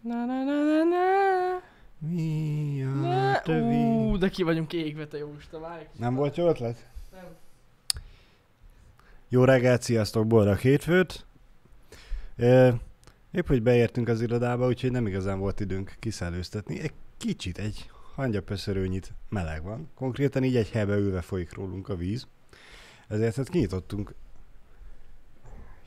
Na, na, na, na, na. Mi a na. tövi? Ú, de ki vagyunk égve, te jó Isten, várj. egy kicsit. Nem volt jó ötlet? Nem. Jó reggelt, sziasztok, boldog hétfőt! Ö, Épp, hogy beértünk az irodába, úgyhogy nem igazán volt időnk kiszellőztetni. Egy kicsit, egy hangyapöszörőnyit meleg van. Konkrétan így egy hebe ülve folyik rólunk a víz. Ezért hát kinyitottunk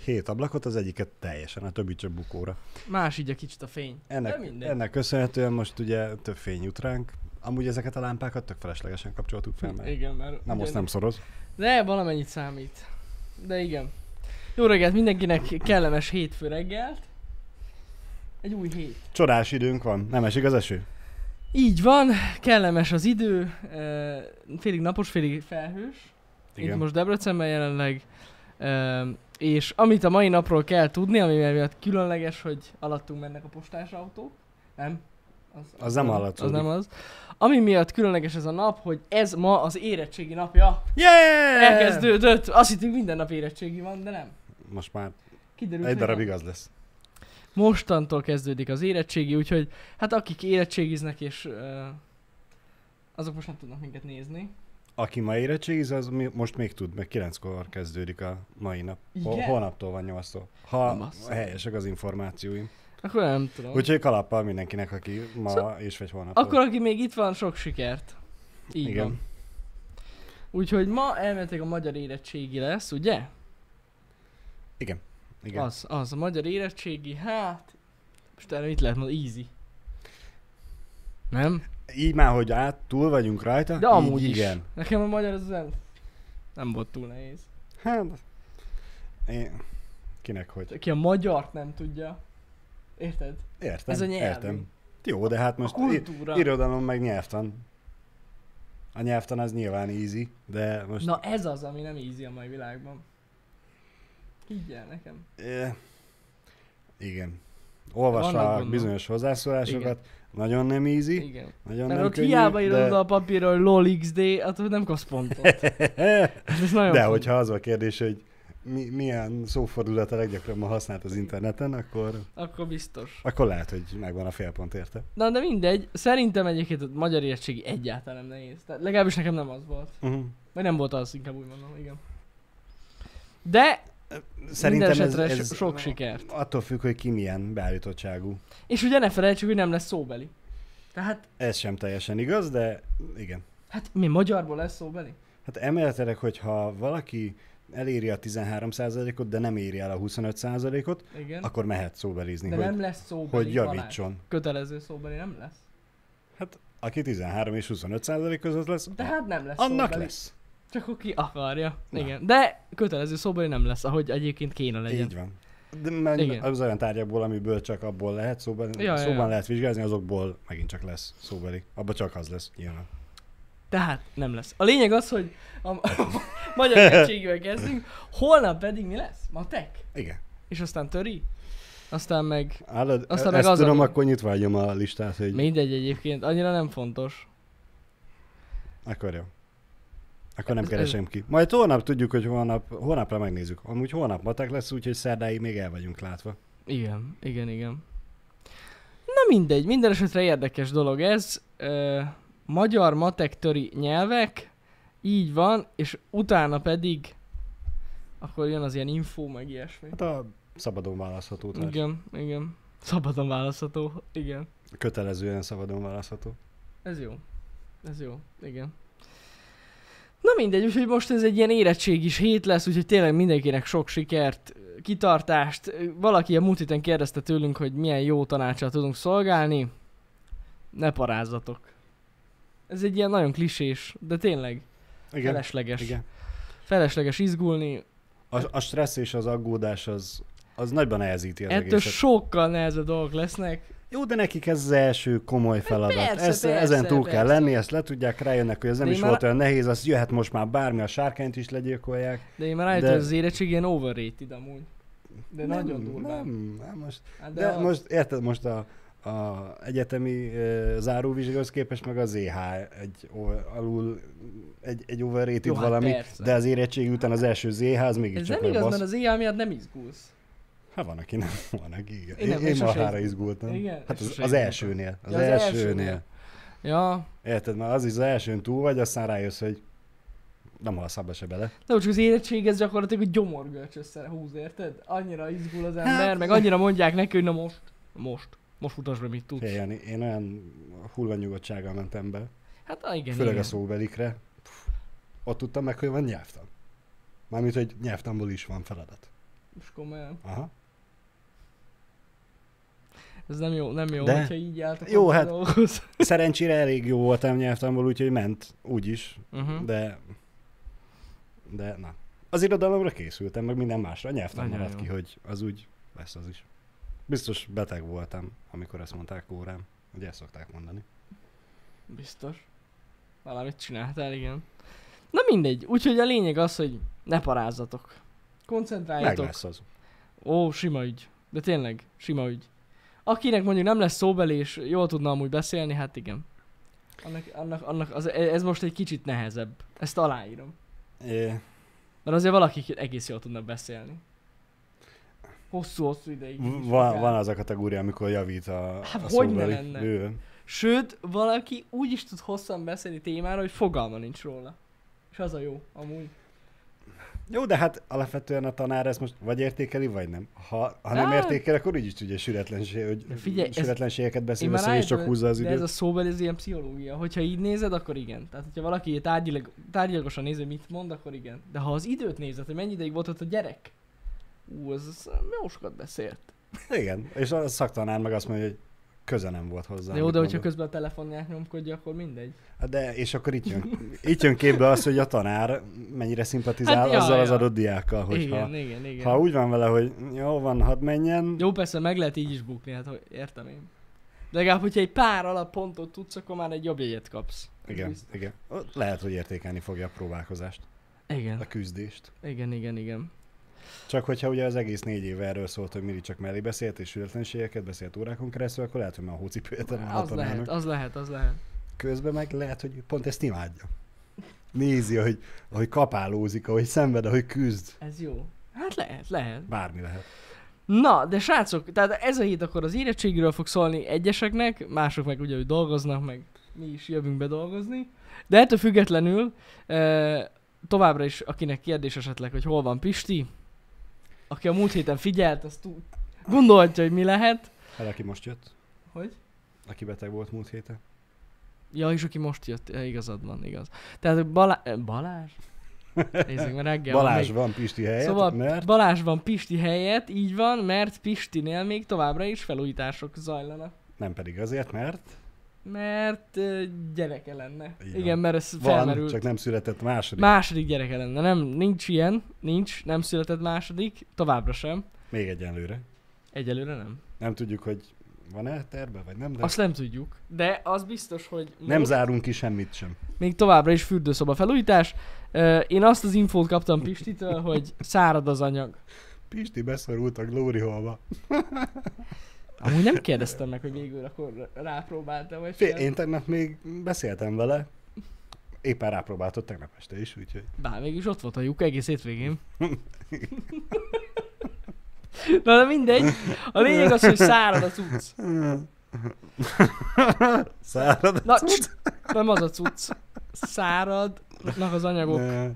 hét ablakot, az egyiket teljesen, a többi csak bukóra. Más így egy kicsit a fény. De Ennek, mindegy. ennek köszönhetően most ugye több fény jut ránk. Amúgy ezeket a lámpákat tök feleslegesen kapcsoltuk fel, mert Igen, mert... nem, azt nem szoroz. De valamennyit számít. De igen. Jó reggelt mindenkinek, kellemes hétfő reggelt. Egy új hét. Csodás időnk van, nem esik az eső. Így van, kellemes az idő, ö, félig napos, félig felhős. Igen. Itt most Debrecenben jelenleg. Ö, És amit a mai napról kell tudni, ami miatt különleges, hogy alattunk mennek a postás autók. Nem? Az nem hallatszódik. Az nem az. Ami miatt különleges ez a nap, hogy ez ma az érettségi napja. Yeah! Elkezdődött. Azt hittük minden nap érettségi van, de nem. Most már Kiderült, egy hogy darab nem. igaz lesz. Mostantól kezdődik az érettségi, úgyhogy hát akik érettségiznek és ö, azok most nem tudnak minket nézni. Aki ma érettségiz, az mi, most még tud, meg kilenckor kezdődik a mai nap. Hol, Igen? holnaptól van nyolctól. Na, Ha basszus. helyesek az információim. Akkor nem tudom. Úgyhogy kalappal mindenkinek, aki ma Szó- és vagy holnap. Szóval Akkor aki még itt van, sok sikert. Így Igen. Igen. van. Úgyhogy ma elmentek a magyar érettségi lesz, ugye? Igen. Igen. Az. Az, az, a magyar érettségi, hát... Most erre mit lehet mondani? Easy. Nem? Így már, hogy át, túl vagyunk rajta, De amúgy így is. igen. Nekem a magyar az nem... Nem volt túl nehéz. Hát, én... kinek hogy. Aki a magyart nem tudja. Érted? Értem, Ez a nyelv. értem. Jó, de hát Most most a i- kultúra. irodalom meg nyelvtan. A nyelvtan az nyilván easy, de most... Na ez az, ami nem easy a mai világban. Így el nekem. Eh, igen. Olvassa Vannak a gondok. bizonyos hozzászólásokat. Nagyon nem easy, Igen. nagyon Mert nem ott könnyű, hiába írod de, oda a papírra, hogy LOL XD, attól nem kapsz pontot. És ez nagyon de furcsa. hogyha az a kérdés, hogy mi, milyen szófordulat a leggyakrabban használt az interneten, akkor, Akkor biztos. akkor lehet, hogy megvan a félpont érte. Na de mindegy, szerintem egyébként a magyar érettségi egyáltalán nem nehéz. Tehát legalábbis nekem nem az volt. Uh-huh. Vagy nem volt az, inkább úgy mondom, igen. De Szerintem ez, esetre ez so- sok sikert. Attól függ, hogy ki milyen beállítottságú. És ugye ne felejtsük, hogy nem lesz szóbeli. Tehát, Ez sem teljesen igaz, de igen. hát mi magyarból lesz szóbeli? Hát emeletileg, hogyha valaki eléri a 13%-ot, de nem éri el a 25%-ot, Igen. akkor mehet szóbelizni, de hogy, nem lesz szóbeli. hogy Balázs. javítson. Kötelező szóbeli nem lesz. Aki 13 és 25 százalék között lesz, De hát nem lesz annak szóbeli. lesz. Csak aki akarja. Na. Igen. De kötelező szóbeli nem lesz, ahogy egyébként kéne legyen. Így van. De mert Igen. az olyan tárgyakból, amiből csak abból lehet szóbeli, Ja, ja, ja, szóban ja. lehet vizsgázni, azokból megint csak lesz szóbeli. Abba csak az lesz, nyilván. Tehát nem lesz. A lényeg az, hogy a magyar egységével kezdünk, holnap pedig mi lesz? Matek? Igen. És aztán töri? Aztán meg... Állod, Aztán Aztán meg ezt az a- tudom, akkor nyitva hagyom a listát, hogy Mindegy egyébként, annyira nem fontos. akkor jó. Akkor nem Ez- keresem ki. Majd holnap tudjuk, hogy holnap, holnapra megnézzük. Amúgy holnap matek lesz, úgyhogy szerdáig még el vagyunk látva. Igen, igen, igen. Na mindegy, minden esetre érdekes dolog ez. Ö, magyar matek töri nyelvek, így van, és utána pedig akkor jön az ilyen info, meg ilyesmi. Hát a szabadon választható tárgy. Igen, igen. Szabadon választható, igen. Kötelezően szabadon választható. Ez jó. Ez jó. Igen. Na mindegy, úgyhogy most ez egy ilyen érettségis hét lesz, úgyhogy tényleg mindenkinek sok sikert, kitartást. Valaki a múlt héten kérdezte tőlünk, hogy milyen jó tanácsal tudunk szolgálni. Ne parázzatok. Ez egy ilyen nagyon klisés, de tényleg Igen. felesleges. Igen. Felesleges izgulni. A, a stressz és az aggódás az, az nagyban nehezíti az Ettől egészet. sokkal nehezebb dolgok lesznek. Jó, de nekik ez az első komoly feladat. Hát persze, ez, persze, ezen túl kell persze. lenni, ezt le tudják, rájönnek, hogy ez nem De is én volt már- olyan nehéz, az jöhet most már bármi, a sárkányt is legyilkolják. De én már rájöttem, De- hogy az érettség ilyen overrated amúgy. De nem, nagyon durván. Nem, nem most, Hát de, de az. most érted, most a, a egyetemi e, záróvizsgához képest meg az EH egy o- alul egy, egy overrated Jó, hát valami, persze. de az érettség után az első ZH az Ez mégiscsak nem olyan igaz, bassz. mert az éjjel miatt nem izgulsz. Hát van, aki nem, van, aki igen. Én Én, nem, én, én én sose marhára izgul- izgultam. Igen? Hát Én az, sose az izgultam. elsőnél. Az, Ja, ja, az az elsőnél. elsőnél. Ja, Érted? Már az is az elsőn túl vagy, aztán rájössz, hogy nem halsz abba se bele. de csak az érettség ez gyakorlatilag egy gyomorgörcs összehúz, érted? Annyira izgul az ember, Hát- meg annyira mondják neki, hogy na most, most, most mutasd be, mit tudsz. Fé, Jani, én olyan hullanyugodtsággal mentem be, Hát ah, igen, főleg igen. a szóbelikre. Pff, Ott tudtam meg, hogy van nyelvtan. Mármint, hogy nyelvtanból is van feladat. Most komolyan. Aha. Ez nem jó, nem jó, De... De- hogyha így álltak. Jó, a hát- dolgokhoz. Szerencsére elég jó voltam nyelvtanból, úgyhogy ment úgy is, Uh-huh. De... de... De na. Az irodalomra készültem, meg minden másra. A nyelvtan Nagyon maradt jó. ki, hogy az úgy lesz az is. Biztos beteg voltam, amikor ezt mondták órám. Ugye ezt szokták mondani. Biztos. Valamit csináltál, igen. Na mindegy, úgyhogy a lényeg az, hogy ne parázzatok. Meg Koncentráljatok. lesz az. Ó, sima ügy. De tényleg, sima ügy. Akinek mondjuk nem lesz szóbeli és jól tudna amúgy beszélni, hát igen. Annak, annak, annak az, e, ez most egy kicsit nehezebb. Ezt aláírom. É, Mert azért valaki egész jól tudnak beszélni. Hosszú-hosszú ideig. is akár. Van, van az a kategória, amikor javít a, Hát a hogy ne szóbeli. lenne? Bőven. Sőt, valaki úgy is tud hosszan beszélni témára, hogy fogalma nincs róla. És az a jó, amúgy. Jó, de hát alapvetően a tanár ezt most vagy értékeli, vagy nem. Ha, ha nem Hát- értékel, akkor így is tudja sűretlenség, De hogy figyelj, ez- sűretlenségeket beszél, Én már össze, és rájöttem, csak húzza az De ez időt. a szóbeli, ez ilyen pszichológia. Hogyha így nézed, akkor igen. Tehát, hogyha valaki tárgyilag, tárgyilagosan nézi, hogy mit mond, akkor igen. De ha az időt nézed, hogy mennyi ideig volt ott a gyerek, ú, az, az jó sokat beszélt. Igen, és a szaktanár meg azt mondja, hogy köze nem volt hozzá. De jó, amit de hogyha mondott. közben a telefonját nyomkodja, akkor mindegy. Hát De, és akkor itt jön, itt jön képbe az, hogy a tanár mennyire szimpatizál Hát hát, ja, azzal az ja. adott diákkal, hogyha igen, igen, igen, igen. ha úgy van vele, hogy jó van, hadd menjen, Jó, persze meg lehet így is bukni, hát hogy értem én. De legalább, hogyha egy pár alappontot tudsz, akkor már egy jobb jegyet kapsz. Ez igen, biztos. igen. lehet, hogy értékelni fogja a próbálkozást, a Igen, küzdést. igen, igen, igen. Csak hogyha ugye az egész négy év erről szólt, hogy Miri csak mellé beszélt, és sületlenségeket beszélt órákon keresztül, akkor lehet, hogy már a hócipője talán a Az lehet, tanárnak. az lehet, az lehet. Közben meg lehet, hogy pont ezt imádja. Nézi, ahogy, ahogy kapálózik, ahogy szenved, ahogy küzd. Ez jó. Hát lehet, lehet. Bármi lehet. Na, de srácok, tehát ez a hét akkor az érettségről fog szólni egyeseknek, mások meg ugye, hogy dolgoznak, meg mi is jövünk be dolgozni. De ettől függetlenül eh, továbbra is, akinek kérdés esetleg, hogy hol van Pisti, aki a múlt héten figyelt, azt tud, gondolhatja, hogy mi lehet. Hát aki most jött, Hogy? aki beteg volt múlt héten. Ja, és aki most jött, ja, igazad van, igaz. Tehát Balá- Balázs? Nézzük, mert reggel van Balázs még. van Pisti helyett, Szóval szóval... mert Balázs van Pisti helyett, így van, mert Pistinél még továbbra is felújítások zajlanak. nem pedig azért, mert Mert ö, gyereke lenne. Így Igen, van. mert ez van, felmerült. csak nem született második. Má... Második gyereke lenne, nem, nincs ilyen, nincs, nem született második, továbbra sem. Még egyenlőre. Egyelőre nem. Nem tudjuk, hogy van-e terve, vagy nem, de Azt nem tudjuk, de az biztos, hogy nem most zárunk ki semmit sem. még továbbra is fürdőszoba felújítás. Ö, Én azt az infót kaptam Pistitől, hogy szárad az anyag. Pisti beszorult a Glory Hallba. Amúgy nem kérdeztem meg, hogy végül akkor rápróbáltam, vagy Fé, sem. én tegnap még beszéltem vele, éppen rápróbáltott tegnap este is, úgyhogy Bár mégis ott volt a lyuk egész hétvégén. Na, de mindegy. A lényeg az, hogy szárad a cucc. szárad. Na, cst, nem az a cucc. Száradnak az anyagok. Ne. Mm.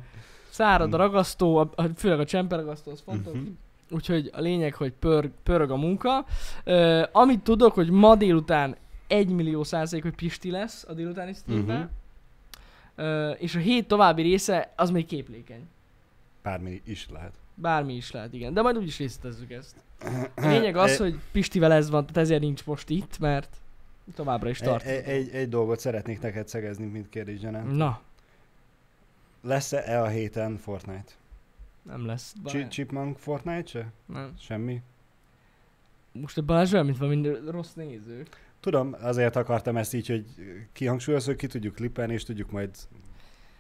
Szárad a ragasztó, a, a, főleg a csemperagasztó, az fontos. Mhm. Úgyhogy a lényeg, hogy pörg, pörög a munka. Ö, amit tudok, hogy ma délután 1 millió százalék, hogy Pisti lesz a délutáni Mhm. streamben. Ö, és a hét további része, az még képlékeny. Bármi is lehet. Bármi is lehet, igen. De majd úgyis részletezzük ezt. A lényeg az, hogy Pistivel ez van, tehát ezért nincs most itt, mert továbbra is Egy, tart. Mm. egy, egy dolgot szeretnék neked szegezni, mint kérdés, Jana. Na, Lesz-e a héten Fortnite? nem lesz. Chi- Balázs. Chipmunk Fortnite se? Nem. Semmi? Most a Balázs olyan, mint valami rossz néző. Tudom, azért akartam ezt így, hogy kihangsúlyoz, hogy ki tudjuk klippelni, és tudjuk majd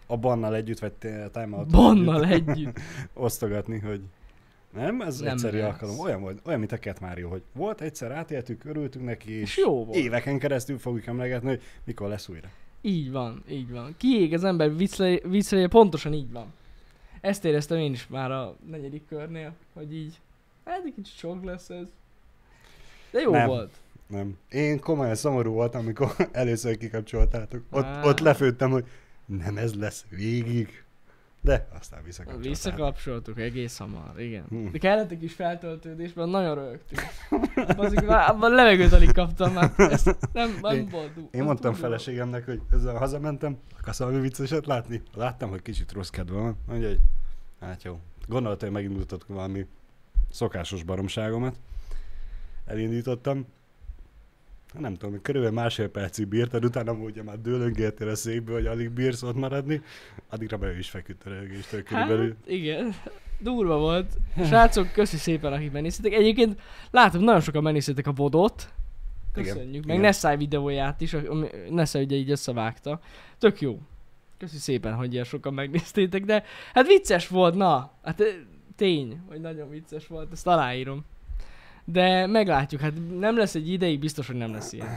a bannal együtt, vagy a time Bannal együtt. osztogatni, hogy nem, ez Nem nem egyszerű lesz. lesz. alkalom. Olyan, volt, olyan, mint a Cat Mario, hogy volt egyszer, átéltük, örültünk neki, És és jó volt. éveken keresztül fogjuk emlegetni, hogy mikor lesz újra. Így van, így van. Kiég az ember viccelé, viccelé, pontosan így van. Ezt éreztem én is már a negyedik körnél, hogy így. Hát egy kicsit sok lesz ez. De jó Nem. volt. Nem. Én komolyan szomorú voltam, amikor először kikapcsoltátok. Ott, Á. ott lefőttem, hogy nem ez lesz végig. De aztán visszakapcsoltátok. Visszakapcsoltuk egész hamar, igen. Hm. De kellett egy kis feltöltődés, mert nagyon röhögtünk. Bazik, már- abban levegőt alig kaptam már. Ezt nem, nem Én- boldog. Én mondtam feleségemnek, hogy ezzel hazamentem, akarsz valami vicceset látni? Láttam, hogy kicsit rossz kedvem van. Mondja, hogy hát jó. Gondoltam, hogy megindultatok valami szokásos baromságomat. Elindítottam. Hát Nem tudom, körülbelül másfél percig bírtad, utána ugye már dőlöngéltél a székből, hogy alig bírsz ott maradni. Addigra be ő is feküdt a röhögéstől körülbelül. Hát, igen. Durva volt. Srácok, köszi szépen, akik menészitek. Egyébként látom, nagyon sokan menészitek a vodot. Köszönjük. Igen. Meg Igen. Nessai videóját is, ami Nessai ugye így összevágta. Tök jó. Köszi szépen, hogy ilyen sokan megnéztétek, de hát vicces volt, na. Hát ö, tény, hogy nagyon vicces volt, ezt aláírom. De meglátjuk, hát nem lesz egy ideig, biztos, hogy nem lesz ilyen.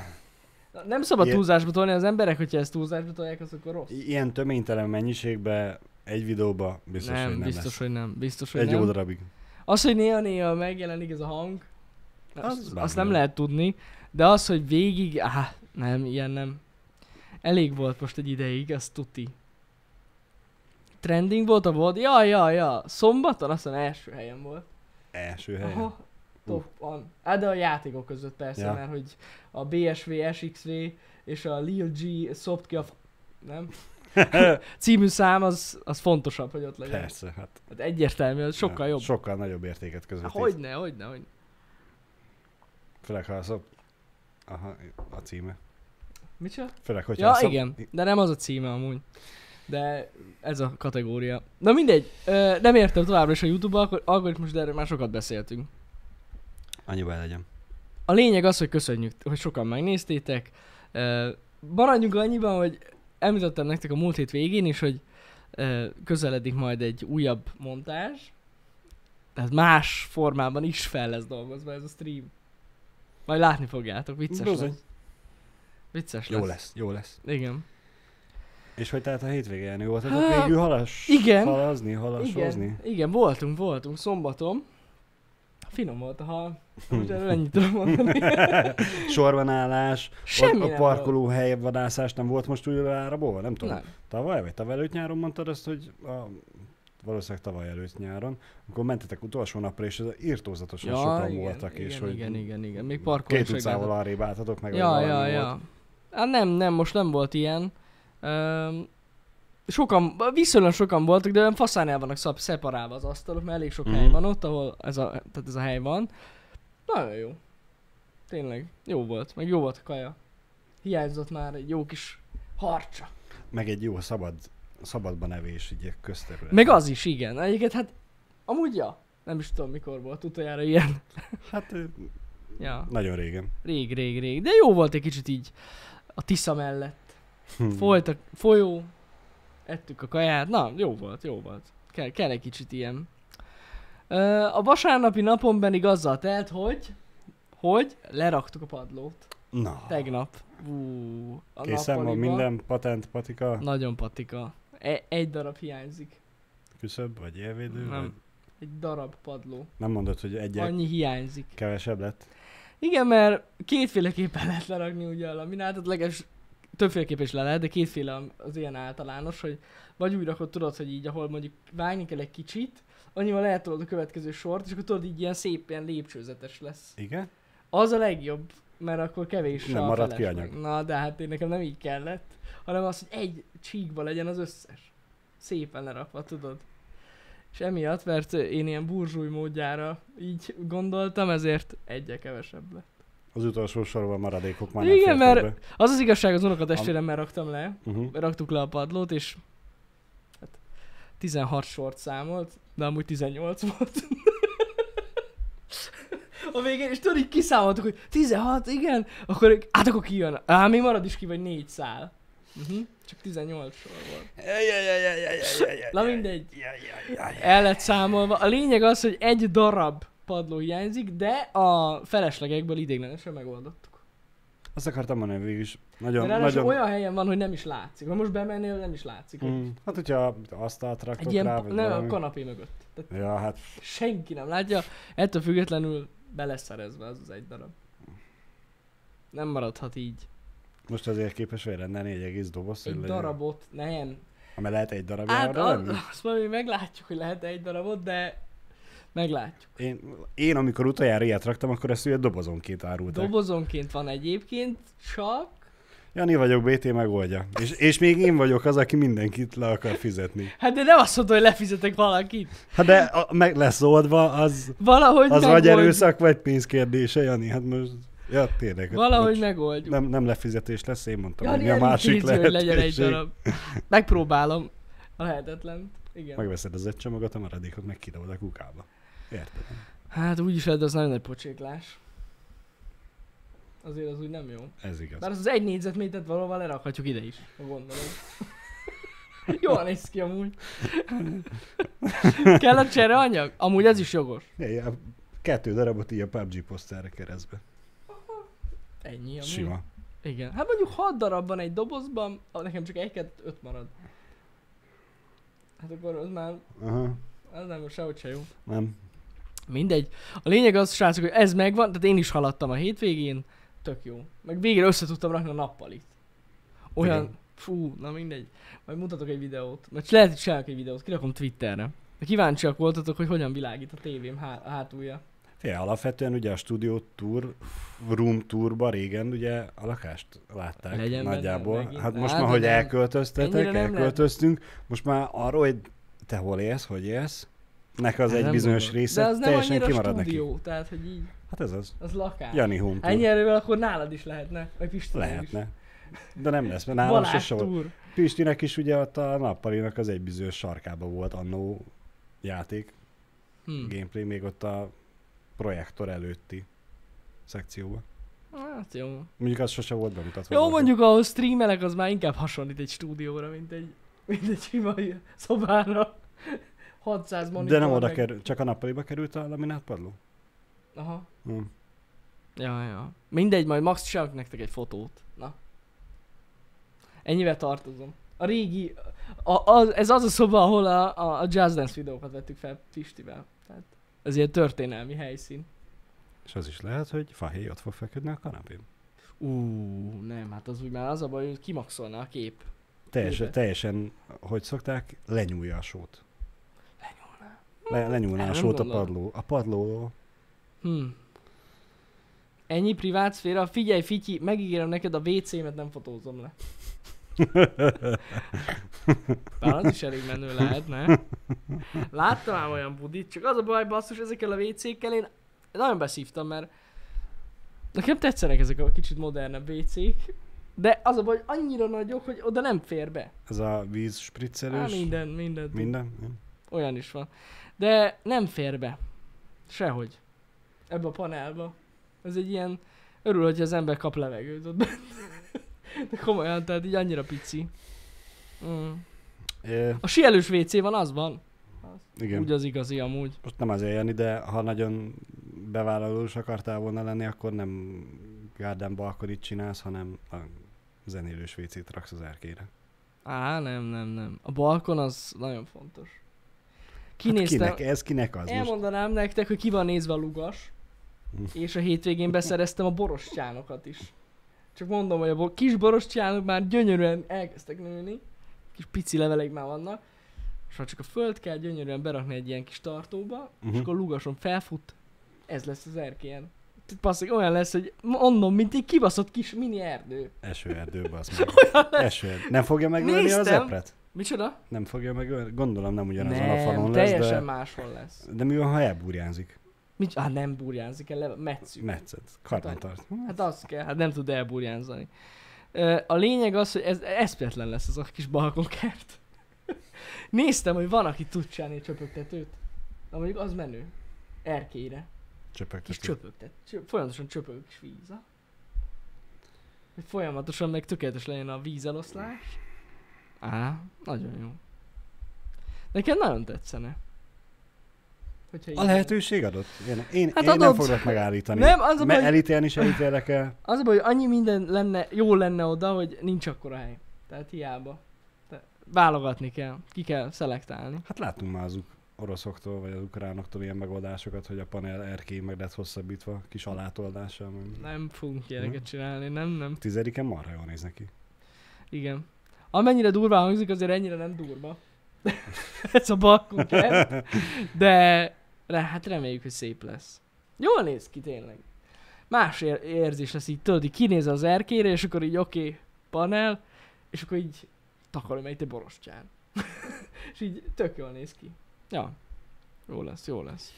Na, Nem szabad Ilyen- túlzásba tolni az emberek, hogyha ezt túlzásba tolják, az akkor rossz. I- Ilyen töménytelen mennyiségben egy videóba biztos, nem, hogy nem biztos, lesz. hogy nem. Biztos, hogy Egy nem. jó darabig. Az, hogy néha-néha megjelenik ez a hang, Az azt, azt bármi. nem lehet tudni, de az, hogy végig, áh, nem, ilyen nem. Elég volt most egy ideig, azt tuti. Trending volt a volt? Ja, ja, ja. Szombaton aztán első helyen volt. Első helyen. Aha, top van. Hát de a játékok között persze, Ja. mert hogy a BSV, SXV és a Lil G szopt ki a f- nem? című szám az, az fontosabb, hogy ott legyen. Persze, hát Hát egyértelmű, az sokkal Ja, jobb. Sokkal nagyobb értéket Há, közvetít. Hogy? Hogyne, hogyne, hogyne. Főleg, ha a szop... Aha, a címe. Micsoda? Főleg, hogyha Ja, a szop... igen, de nem az a címe amúgy. De ez a kategória. Na mindegy, ö, nem értem továbbra is a YouTube alko- algoritmus, de erről már sokat beszéltünk. Annyiba legyen. A lényeg az, hogy köszönjük, hogy sokan megnéztétek. Ö, Maradjunk annyiban, hogy említettem nektek a múlt hét végén is, hogy ö, közeledik majd egy újabb montázs. Tehát más formában is fel lesz dolgozva ez a stream. Majd látni fogjátok, vicces Bizony. lesz. Vicces Jó lesz. lesz, jó lesz. Igen. És hogy tehát a hétvégén jó volt, Há, hát végül halas... igen. Halazni, halasózni. igen, voltunk, voltunk szombaton. Finom volt a hal. Hm. Most erről ennyit tudom mondani. Sorbanállás, Semmi ott a nem parkolóhely vadászás nem volt most újra áraból, nem volt. tudom. Nem. Tavaly vagy tavaly előtt nyáron mondtad azt, hogy a, valószínűleg tavaly előtt nyáron, amikor mentetek utolsó napra, és ez írtózatosan Ja, sokan igen, voltak, igen, és igen, hogy igen, igen, igen. Még két parkolóság utcával arrébb álltatok meg, Ja, vagy ja, valami ja. volt. Hát nem, nem, most nem volt ilyen. Öm, sokan, viszonylag sokan voltak, de olyan faszán el vannak szab, szeparálva az asztalok, mert elég sok Mhm. hely van ott, ahol ez a, tehát ez a hely van. Nagyon jó. Tényleg, jó volt, meg jó volt a kaja. Hiányzott már egy jó kis harcsa. Meg egy jó szabad, szabadban evés, így közterület. Meg az is, igen. Egyébként hát, amúgy ja. Nem is tudom mikor volt utoljára ilyen. Hát ö, Ja, nagyon régen. rég, rég, rég. De jó volt egy kicsit így a Tisza mellett. Mm. Folyt a folyó, ettük a kaját. Na, jó volt, jó volt. Kell, kell egy kicsit ilyen. Ö, A vasárnapi napon pedig azzal telt, hogy hogy leraktuk a padlót. Na, Tegnap. Ú, a Ah. készen van nappaliba. minden patent, patika, Nagyon patika. E- egy darab hiányzik. küszöb, vagy élvédő? Nem. Vagy... Egy darab padló. Nem mondod, hogy egyel Annyi hiányzik. kevesebb lett? Igen, mert kétféleképpen lehet lerakni ugye a laminátot, leges többféleképpen is le lehet, de kétféle az ilyen általános, hogy vagy úgy rakod, tudod, hogy így, ahol mondjuk vágni kell egy kicsit, annyival eltolod a következő sort, és akkor tudod, így ilyen szép, ilyen lépcsőzetes lesz. Igen? Az a legjobb, mert akkor kevés Nem a marad ki felesleg. anyag. Na, de hát én nekem nem így kellett, hanem az, hogy egy csíkba legyen az összes. Szépen lerakva, tudod. És emiatt, mert én ilyen burzsúj módjára így gondoltam, ezért egye kevesebb lett. Az utolsó sorban maradékok már Igen, nem fértek mert- be. Az az igazság, az unokatestvéremmel raktam le, Uh-huh. raktuk le a padlót, és hát 16 sort számolt, de amúgy 18 volt. a végén, és tudod, így kiszámoltuk, hogy 16, igen, akkor, hát akkor kijön. Á, még marad is ki, vagy 4 szál. Uh-huh. Csak 18 sor volt. Na mindegy. El lett számolva. A lényeg az, hogy egy darab padló hiányzik, de a feleslegekből idéglenesen megoldottuk. Azt akartam mondani végig is. De Nagyon, ráadásul nagyon... olyan helyen van, hogy nem is látszik. Ha most bemennél, nem is látszik. Mm. Mm. Hát, hogyha asztalt raktok Egy ilyen, rá, nem, a valami. kanapé mögött. Tehát Ja, hát senki nem látja, ettől függetlenül be lesz szerezve az az egy darab. Nem maradhat így. most azért képes olyan rendelni egy egész doboz, Egy darabot, nem. Ami lehet egy darab Hát arra a, lenni? azt mondom, hogy meglátjuk, hogy lehet egy darabot, de meglátjuk. Én, én, amikor utoljára ilyet raktam, akkor ezt ugye dobozonként árulták. Dobo- Dobozonként van egyébként, csak Jani vagyok, BT megoldja. És, és még én vagyok az, aki mindenkit le akar fizetni. Hát de nem azt mondta, hogy lefizetek valakit. Hát de a, meg lesz oldva, az, Valahogy az megold. vagy erőszak, vagy pénz kérdése, Jani. Hát most, ja tényleg. Valahogy most megoldjuk. nem, nem lefizetés lesz, én mondtam, Jani hogy mi a elég másik kézi, hogy legyen egy lehetőség. darab. Megpróbálom. A lehetetlen. Igen. Megveszed az egy csomagot, a maradékot meg kidobod a kukába. Érted? Hát úgy is lehet, de az nagyon nagy pocséklás. Azért az úgy nem jó. Ez igaz. Bár az, az egy négyzetmétert valóban lerakhatjuk ide is, ha gondolom. Jól néz ki amúgy. Kell a csereanyag? Amúgy ez is jogos. É, ja, kettő darabot így a PUBG poszterre keresztbe. Ennyi amúgy. Sima. Igen. Hát mondjuk 6 darabban egy dobozban, ah, nekem csak egy kettő, öt marad. Hát akkor az már, Aha. az nem sehogy se jó. Nem. Mindegy. A lényeg az, srácok, hogy ez megvan, tehát én is haladtam a hétvégén, tök jó. Meg végre össze tudtam rakni a nappalit. Olyan, Igen. fú, na mindegy. Majd mutatok egy videót. Mert lehet, hogy csinálok egy videót, kirakom Twitterre. De kíváncsiak voltatok, hogy hogyan világít a tévém há- hátulja. Fél, alapvetően ugye a stúdió tour, room tourba régen ugye a lakást látták Legyen Legyen benne nagyjából. megint. Hát most Hát, már, de hogy nem. Ennyire elköltöztetek, nem lehet. elköltöztünk, most már arról, hogy te hol élsz, hogy élsz, nek az Hát egy nem bizonyos gondolom. része De az nem teljesen annyira kimarad stúdió, neki. tehát hogy így, Hát ez az. az lakás. Jani Home Tour. Ennyi erővel akkor nálad is lehetne, meg Pistinál is. Lehetne. De nem lesz, mert nálam Balázs sose volt. túr. Pistinek is ugye ott a nappalinak az egy bizonyos sarkába volt annó játék, Hm. gameplay még ott a projektor előtti szekcióban. Hát jó. Mondjuk az sose volt bemutatva. Jó, nekem. mondjuk ahol streamelek, az már inkább hasonlít egy stúdióra, mint egy, mint egy sima ilyen szobára. 600 monitor. De nem oda meg- kerül, csak a nappaliba került a laminált padló? Aha. Hm. Ja, ja. Mindegy, majd max csinálok nektek egy fotót. Na. Ennyivel tartozom. A régi... A, a, ez az a szoba, ahol a, a, a Jazz Dance videókat vettük fel Pistivel. Tehát ez ilyen történelmi helyszín. És az is lehet, hogy Fahé ott fog feküdni a kanapén. Ú, nem, hát az úgy már az a baj, hogy kimaxolna a kép. Teljesen, Mibe? teljesen, hogy szokták, lenyúlja a sót. Le, lenyúlná Nem a sót a gondolom. padló. A padló. Hm. Ennyi privát szféra. Figyelj, Fityi, megígérem neked a WC-met nem fotózom le. Bár az is elég menő lehetne. Láttam ám olyan budit, csak az a baj, basszus, ezekkel a WC-kkel én nagyon beszívtam, mert nekem tetszenek ezek a kicsit modernebb WC-k, de az a baj, hogy annyira nagyok, hogy oda nem fér be. Ez a víz Á, spriccelős. minden, minden. Minden? Hm. Nem? Olyan is van. De nem fér be. Sehogy. Ebbe a panelba. Ez egy ilyen... Örül, hogy az ember kap levegőt ott bent. De komolyan, tehát így annyira pici. Mm. É, A sielős WC van, az van. igen. Úgy az igazi amúgy. Most nem azért jön ide, ha nagyon bevállalós akartál volna lenni, akkor nem Garden Balkonit csinálsz, hanem a zenélős WC-t raksz az erkére. Á, nem, nem, nem. A balkon az nagyon fontos. Hát Kinéztem, kinek, ez kinek az most? elmondanám nektek, hogy ki van nézve a lugas, Hm. és a hétvégén beszereztem a borostyánokat is. Csak mondom, hogy a bo- kis borostyánok már gyönyörűen elkezdtek nőni, kis pici leveleik már vannak, és ha csak a föld kell gyönyörűen berakni egy ilyen kis tartóba, és Mhm. akkor a lugason felfut, ez lesz az erkélyen. Tehát passzik, olyan lesz, hogy mondom, mint egy kibaszott kis mini erdő. Esőerdőbe az meg. Esőerdő. Nem fogja megölni az Néztem. epret? Micsoda? Nem fogja megölni? Gondolom nem ugyanazon a nem, falon lesz, teljesen de, máshol lesz. de mi van, ha elburjánzik? Mit? Ah, nem burjánzik el, le- metszük. Metszet, karbantartás. Hát az kell, hát nem tud elburjánzani. Ö, A lényeg az, hogy ez eszpetlen lesz az a kis balkonkert. Néztem, hogy van, aki tud csinálni egy csöpögtetőt. Na mondjuk az menő. Erkére. Kis Csöpögtető. csöpögtet. Csö- folyamatosan csöpög kis víza. Hogy folyamatosan meg tökéletes legyen a vízeloszlás. Á, nagyon jó. Nekem nagyon tetszene. Hogyha így A lehetőség adott. Én, én, Hát hát én nem adott. foglak megállítani. Nem, az a Mert baj- elítélni se ítélek el. Az a baj, hogy annyi minden lenne, jó lenne oda, hogy nincs akkora hely. Tehát hiába. Te válogatni kell, ki kell szelektálni. Hát láttunk már az uk- oroszoktól, vagy az ukránoktól ilyen megoldásokat, hogy a panel erkély meg lett hosszabbítva, kis alátoldással. meg- Nem fogunk ilyeneket csinálni, nem, nem. Tizediken marha jól néz neki. Igen. Amennyire durvá hangzik, azért ennyire nem durva. Ez a bakkunk De re, hát reméljük, hogy szép lesz. Jól néz ki tényleg. Más ér- érzés lesz így, tudod, így kinéz az erkére, és akkor így oké, okay, panel, és akkor így takarom egy te borostyán. és így tök jól néz ki. Ja. Jó lesz, jó lesz.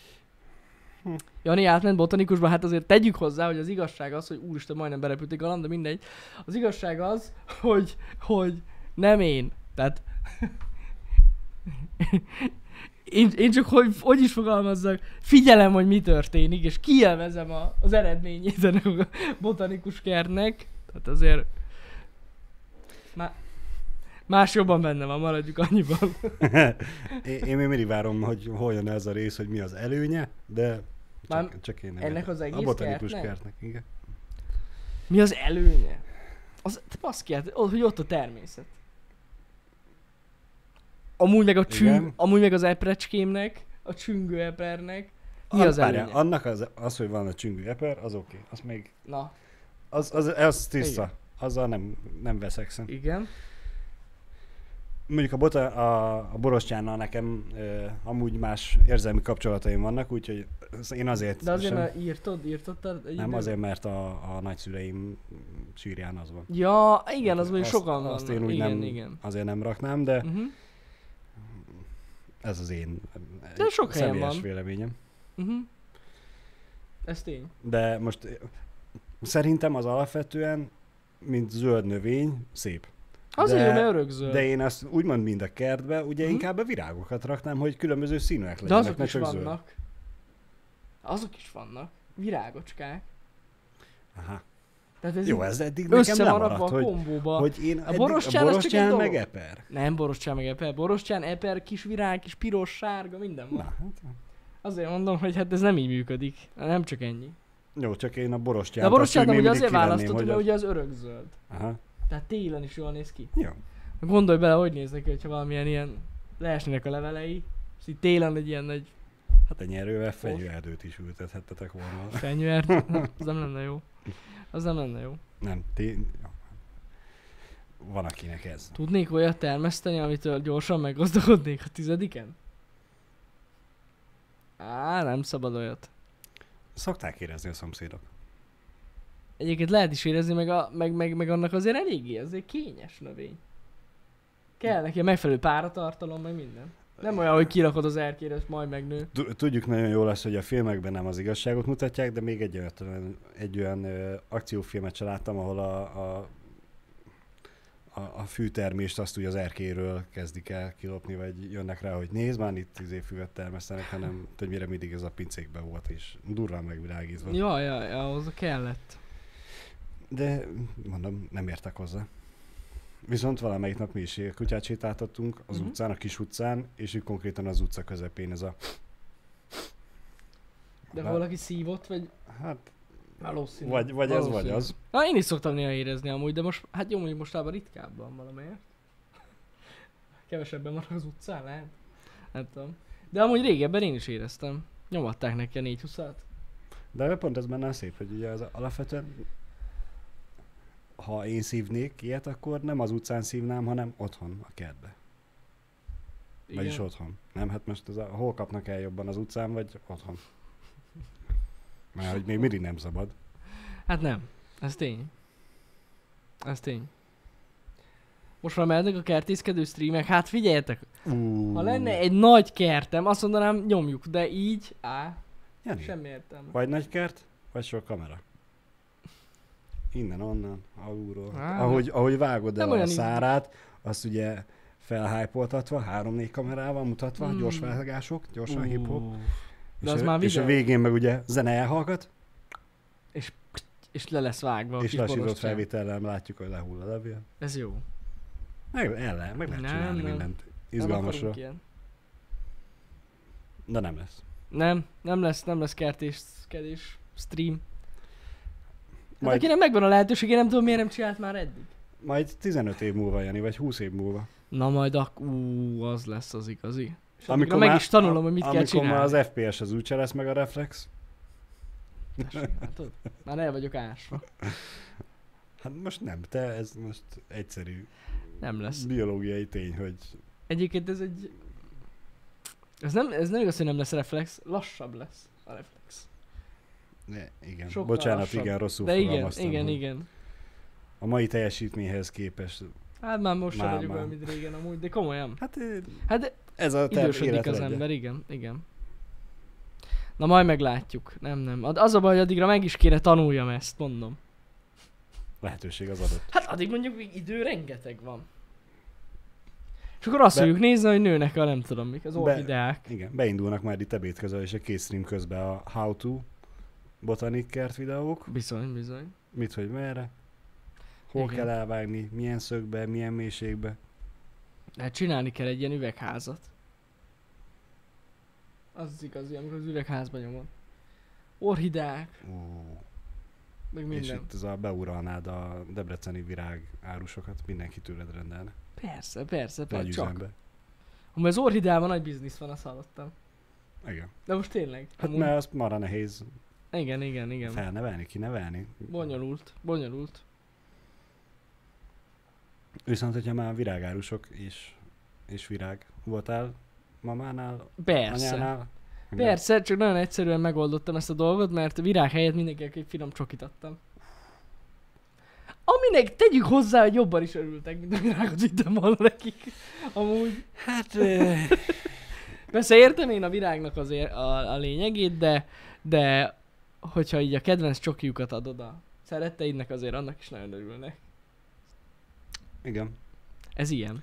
Hm. Jani átment botanikusba, hát azért tegyük hozzá, hogy az igazság az, hogy úristen, majdnem berepülték a land, de mindegy. Az igazság az, hogy, hogy nem én. Tehát... én, én csak hogy, hogy is fogalmazzak, figyelem, hogy mi történik, és kielvezem a, az eredményét ennek a botanikus kertnek. Tehát azért... Má, más jobban benne van, maradjuk annyiban. Én, én még mindig várom, hogy hol jön ez a rész, hogy mi az előnye, de Már csak, csak én nem ennek értem. az egész A botanikus kertnek? kertnek? igen. Mi az előnye? Az, te baszki, hát, ó, hogy ott a természet. Amúgy meg a csüng, Igen. amúgy meg az eprecskémnek, a csüngő epernek. Mi An- az várjál, előnye? Annak az, az, hogy van a csüngő eper, az oké. Okay. Az még, Na, az, az, az tiszta. Igen. Azzal nem, nem veszekszem. igen. Mondjuk a, bota, a, a borostyánnal nekem ö, amúgy más érzelmi kapcsolataim vannak, úgyhogy az- én azért De azért sem, már írtod, írtottad egy nem idő- azért, mert a, a nagyszüleim sírján az van. Ja, igen, az mondjuk Azt- sokan van. azt én úgy igen, nem- igen. Azért nem raknám, de Uh-huh. ez az én De sok helyen személyes van. véleményem. Uh-huh. Ez tény. De most eh, szerintem az alapvetően, mint zöld növény, szép. Azért De- jó, mert örökzöld. De én azt úgymond mind a kertbe, ugye Mhm. inkább a virágokat raknám, hogy különböző színűek legyenek, De azok ne is csak zöld. vannak. Azok is vannak. Virágocskák. Aha. Tehát ez Jó, így ez eddig nekem össze van lemaradt, rakva a hogy, kombóba. hogy én eddig, borostyán a az csak egy borostyán meg dolog. eper. Nem borostyán meg eper. Borostyán, eper, kis virág, kis piros, sárga, minden van. Na, hát, Azért mondom, hogy hát ez nem így működik. Nem csak ennyi. jó, csak én a De a borostyán. borostyán ugye azért választottuk, mert ugye az örökzöld. Aha. Tehát télen is jól néz ki. Jó. Gondolj bele, hogy néz neki, hogyha valamilyen ilyen leesnének a levelei, és így télen egy ilyen nagy Hát ennyi erővel fenyőerdőt is ültethettetek volna. fenyőert, az nem lenne jó. Az nem lenne jó. Nem, ti... jó. Van akinek ez. Tudnék olyat termeszteni, amitől gyorsan meggazdagodnék a tizediken? Á, nem szabad olyat. Szokták érezni a szomszédok. Egyébként lehet is érezni, meg, a, meg, meg, meg annak azért eléggé, ez egy kényes növény. Kell neki a megfelelő páratartalom, meg minden. Nem olyan, hogy kirakod az erkére, és majd megnő. Tu- Tudjuk nagyon jól azt, hogy a filmekben nem az igazságot mutatják, de még egy olyan, egy olyan ö, akciófilmet se láttam, ahol a, a, a, a fűtermést azt úgy az erkéről kezdik el kilopni, vagy jönnek rá, hogy nézd már, itt tíz füvet termesztenek, hanem többnyire mindig ez a pincékben volt, és durván megvilágítva. Jaj, jaj, jaj, ahhoz kellett. De mondom, nem értek hozzá. Viszont valamelyik nap mi is kutyát sétáltattunk az Mhm. uh-huh. utcán, a kis utcán, és így konkrétan az utca közepén ez a... De Na, ha valaki szívott, vagy Hát, valószínű. vagy, vagy ez, vagy Valószínű. az. Na, én is szoktam néha érezni amúgy, de most, hát jó, mondjuk mostában ritkábban valamelyek. Kevesebben van az utcán, lehet? Nem tudom. De amúgy régebben én is éreztem. Nyomatták neki a 420-at. De pont ez benne a szép, hogy ugye az alapvetően ha én szívnék ilyet, akkor nem az utcán szívnám, hanem otthon, a kertbe. Igen. Vagyis otthon. Nem, hát most ez a, hol kapnak el jobban az utcán, vagy otthon? Mert hogy még mindig nem szabad. Hát nem. Ez tény. Ez tény. Most már mennek a kertészkedő streamek, hát figyeljetek, Uh, ha lenne egy nagy kertem, azt mondanám nyomjuk, de így, á, Jani, semmi értelme. Vagy nagy kert, vagy sok kamera. Innen, onnan, alulról. Á, ahogy, ahogy vágod nem el a olyan így. szárát, azt ugye felhájpoltatva, három-négy kamerával mutatva, Mm. mm. gyors vágások, gyorsan Ú, hip-hop. de és, az a, már és a videó. végén meg ugye zene elhallgat, És le lesz vágva a és kis lassított borostyán. felvétellel látjuk, hogy lehull a levél. Ez jó. Meg, el, lehet- meg lehet Nem, csinálni nem. mindent Nem akarunk izgalmasra, ilyen. de nem lesz. Nem, nem lesz, nem lesz kertészkedés stream. Hát Majd- Majd... akinek megvan a lehetőség, én nem tudom, miért nem csinált már eddig. Majd 15 év múlva, Jani, vagy 20 év múlva. Na majd ak- ú, az lesz az igazi. És Amikor amikor meg már- is tanulom, hogy mit kell Amikor csinálni. már az FPS az úgyse lesz meg a reflex. Tessék, látod? Már el vagyok ásva. Hát most nem, te ez most egyszerű Nem lesz. biológiai tény, hogy Egyébként ez egy... Ez nem, ez nem igaz, hogy nem lesz reflex, lassabb lesz a reflex. ne, igen. Sokkal Bocsánat, lassabb. igen, rosszul De igen, fogalmaztam, igen, hogy igen. A mai teljesítményhez képest. Hát már most sem Már- vagyok már. olyan, mint régen amúgy, de komolyan. Hát eh, Hát de ez a te idősödik az ember, igen, igen. Na majd meglátjuk. Nem, nem. Ad- Az a baj, hogy addigra meg is kéne tanuljam ezt, mondom. Lehetőség az adott. Hát addig mondjuk még idő rengeteg van. És akkor azt Be- fogjuk nézni, hogy nőnek a nem tudom mik, az Be- orchideák. Igen, beindulnak már itt ebéd közben és a két stream közben a How to botanik kert videók. Bizony, bizony. Mit, hogy merre? Hol Igen. kell elvágni, milyen szögbe, milyen mélységbe. Hát csinálni kell egy ilyen üvegházat. Az az igazi, amikor az üvegházban nyomod. Orhideák, Ó, meg és minden. itt az a beuralnád a debreceni virág árusokat, mindenki tőled rendelne. Persze, persze, Nagy persze, Hát csak. üzembe. Amúgy az orhideában nagy biznisz van, azt hallottam. Igen. De most tényleg. Hát amúgy. mert azt marra nehéz Igen, igen, igen. felnevelni, kinevelni. Bonyolult, bonyolult. Viszont, hogyha már virágárusok és, és virág voltál mamánál, Persze. anyánál, meg Persze, csak nagyon egyszerűen megoldottam ezt a dolgot, mert virág helyett mindenkinek egy finom csokit adtam. Aminek tegyük hozzá, hogy jobban is örültek, mint a virágot vittem volna nekik. Amúgy. Hát, eh, Persze értem én a virágnak az ér, a, a lényegét, de, de hogyha így a kedvenc csokiukat adod a szeretteidnek, azért annak is nagyon örülnek. igen. Ez ilyen.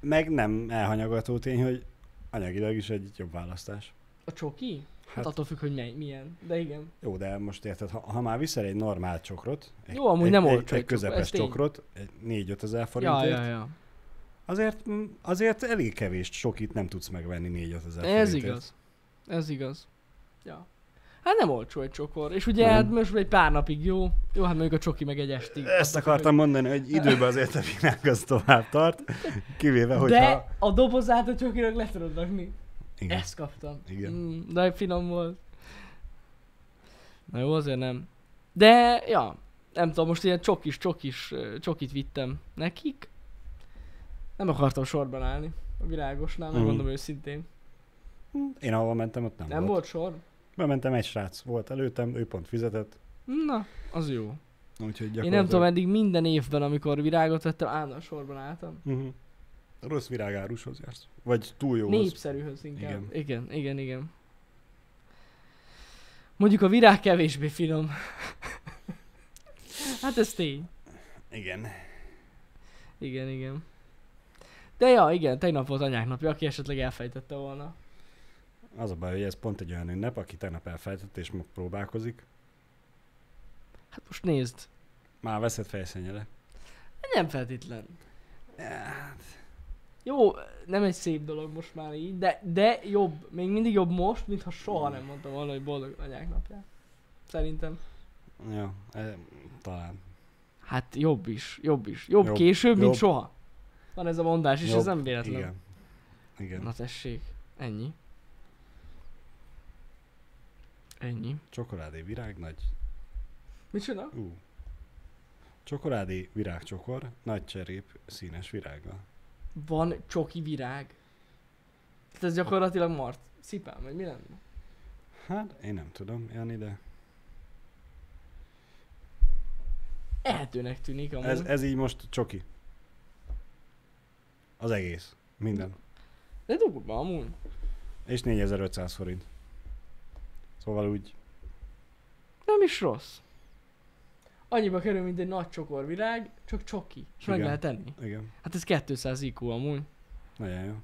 Meg nem elhanyagató tény, hogy anyagilag is egy jobb választás. A csoki? Hát, Hát- hát attól függ, hogy mely, milyen. De igen. Jó, de most érted, ha, ha már viszel egy normál csokrot, egy, Jó, amúgy egy, nem egy, olcsó egy egy csokor, ez közepes tény. csokrot, egy 4-5 ezer Ja, forintért, ja, ja. Azért, mm, azért elég kevés sok itt nem tudsz megvenni 4-5 ezer Ez forintért. igaz. Ez igaz. Ja. Hát nem olcsó egy csokor. És ugye Nem. hát most egy pár napig jó. Jó, hát mondjuk a csoki meg egy estig. Ezt akartam mondani, hogy időben azért a világ az tovább tart, kivéve, hogyha... De a dobozát a csokinak le tudod rakni. Igen. Ezt kaptam. Igen. Mm, de finom volt. Na jó, azért nem. De, ja, nem tudom, most ilyen csokis, csokis, ö, csokit vittem nekik. Nem akartam sorban állni a virágosnál, Mhm. megmondom őszintén. Én ahol mentem, ott nem, Nem, nem volt. volt sor? Bementem, egy srác volt előttem, ő pont fizetett. Na, az jó. Úgyhogy Én nem tudom, eddig minden évben, amikor virágot vettem, állandóan sorban álltam. Uh-huh. Rossz virágárushoz jársz. Vagy túl jóhoz. Népszerűhöz inkább. Igen. Igen. igen, igen, igen. Mondjuk a virág kevésbé finom. hát ez tény. Igen. Igen, igen. De ja, igen, tegnap volt anyák napja, aki esetleg elfejtette volna. Az a baj, hogy ez pont egy olyan ünnep, aki tegnap elfejtett és most próbálkozik. Hát most nézd. Már veszett fejszennyele. Nem feltétlen. hát. Jó, nem egy szép dolog most már így, de, de jobb, még mindig jobb most, mintha soha nem mondtam volna, hogy boldog anyák napját. Szerintem. Ja, e, talán. Hát jobb is, jobb is. Jobb, Jobb, jobb később, jobb. jobb. mint soha. Van ez a mondás, és jobb, ez Jobb, nem véletlen. Igen. Igen. Na tessék, ennyi. Ennyi. Csokoládé virág, nagy Micsoda? Ú. Csokoládé virágcsokor, nagy cserép, színes virággal. Van csoki virág. Tehát ez gyakorlatilag mart. Szipám, vagy mi lenne? Hát, én nem tudom, Jani, de Ehetőnek tűnik amúgy. ez, ez így most csoki. Az egész. Minden. De durva amúgy. És 4500 forint. Szóval úgy, Nem is rossz. Annyiba kerül, mint egy nagy csokorvirág, csak csoki. És meg Igen. lehet enni. igen, Hát ez 200 IQ amúgy. nagyon jó.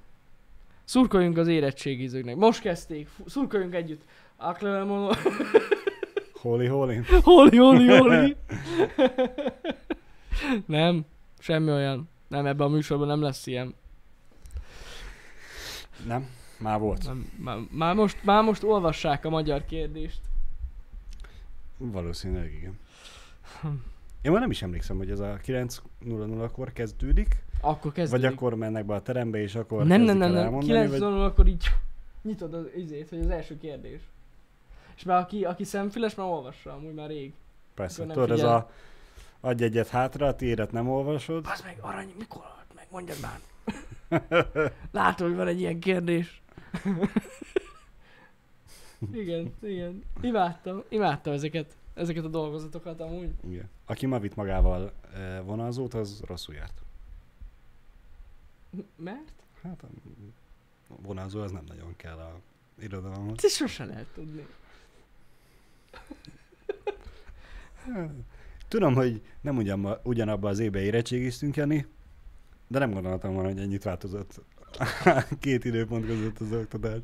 Szurkoljunk az érettségizőknek. Most kezdték. Fú, szurkoljunk együtt. Aklevel mondom. Holy, holy. Holi, holi, holi. nem. Semmi olyan. Nem, ebben a műsorban nem lesz ilyen. Nem? Már volt. Már, már, már, most, már most olvassák a magyar kérdést. Valószínűleg igen. Én már nem is emlékszem, hogy ez a 9.00-kor kezdődik, Akkor kezdődik. kezdődik, vagy akkor mennek be a terembe, és akkor nem, nem, kezdik nem, el nem. elmondani, 9 vagy- vagy... akkor így nyitod az izét, hogy az első kérdés. És már aki, aki szemfüles, már olvassa, amúgy már rég. Persze, Akkor nem tudod, ez figyel. a adj egyet hátra, a tiédet nem olvasod. Az meg arany, mikor halt meg, mondjad már. Látod, hogy van egy ilyen kérdés. igen, igen. Imádtam, imádtam ezeket, ezeket a dolgozatokat amúgy. Igen. Aki ma vitt magával eh, vonalzót, az rosszul járt. Mert? Hát mm, a vonalzó az nem nagyon kell a irodalomhoz. Ezt sose lehet tudni. Tudom, hogy nem ugyan, ugyanabba az évbe érettségiztünk, Jani, de nem gondoltam volna, hogy ennyit változott két időpont között az oktatás.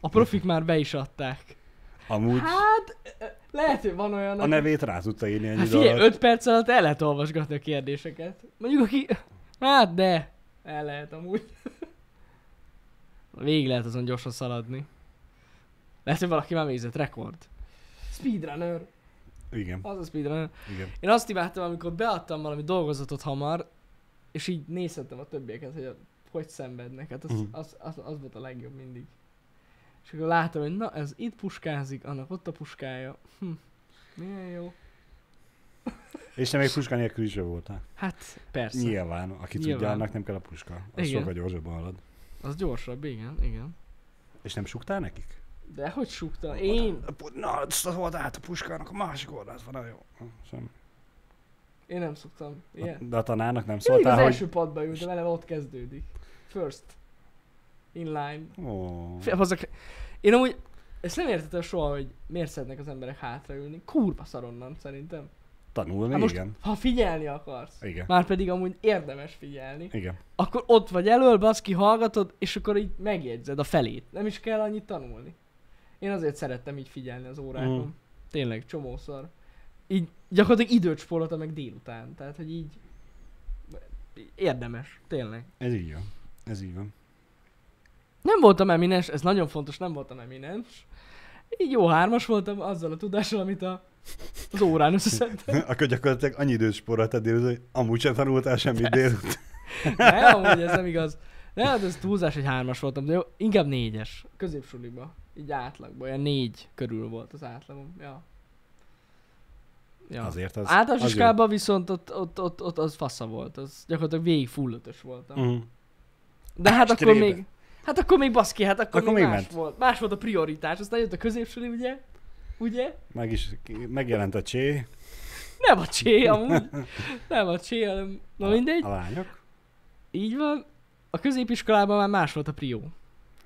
A profik már be is adták. Amúgy Hát, ö, ö, lehet, hogy van olyan, a aki- nevét rá tudta írni ennyi Hát hát figyelj, alatt. 5 perc alatt el lehet olvasgatni a kérdéseket. Mondjuk aki... Hát de, el lehet amúgy. Végig lehet azon gyorsan szaladni. Lehet, hogy valaki már végzett rekord. Speedrunner. Igen, Az a speedrunner. igen. Én azt imádtam, amikor beadtam valami dolgozatot hamar, és így nézhettem a többieket, hogy a, hogy szenvednek. Hát az, Mhm. az, az, az, volt a legjobb mindig. És akkor látom, hogy na, ez itt puskázik, annak ott a puskája. Hm. Milyen jó. És te még puska nélkül is jó voltál. Hát persze. Nyilván, aki tudja, Nyilván. annak nem kell a puska. Az Igen. sokkal gyorsabban halad. Az gyorsabb, igen, igen. És nem suktál nekik? De hogy súgtam? Én, Na, szóval át a puskának a másik oldalt van, jó. Sem. én nem szoktam. Ilyen. De a tanárnak nem Mindig az szóltál, hogy... első padba ültem, eleve ott kezdődik. First. In line. Ó, Fél, hozzak. Én amúgy ezt nem értettem soha, hogy miért szeretnek az emberek hátraülni. Kurva szaronnan szerintem. tanulni, Hát most- igen. Ha figyelni akarsz, Igen. már pedig amúgy érdemes figyelni, Igen. akkor ott vagy elől, baszki, hallgatod, és akkor így megjegyzed a felét. Nem is kell annyit tanulni. Én azért szerettem így figyelni az órákon. Mm. Tényleg, csomószor. Így gyakorlatilag időt spóroltam meg délután, tehát hogy így érdemes, tényleg. Ez így van. Ez így van. Nem voltam eminens, ez nagyon fontos, nem voltam eminens. Így jó hármas voltam azzal a tudással, amit a, az órán összeszedtem. Akkor gyakorlatilag annyi időt spóroltál délután, hogy amúgy sem tanultál semmit délután. Nem, amúgy ez nem igaz. Nem, hát ez túlzás, hogy hármas voltam, de jó, inkább négyes. Középsuliba, így átlagban, olyan négy körül volt az átlagom, ja. ja. Azért az... Általános az jó. iskában viszont ott, ott, ott, ott, az fasza volt, az gyakorlatilag végig full ötös voltam. Mm. Mhm. De hát akkor Strébe. még, hát akkor még baszki, hát akkor, Akkor még, még más ment. volt. Más volt a prioritás, aztán jött a középsüli, ugye? Ugye? Meg is ki- megjelent a csé, Nem a csé amúgy. Nem a csé, hanem, na a, mindegy. a lányok. Így van. A középiskolában már más volt a prió.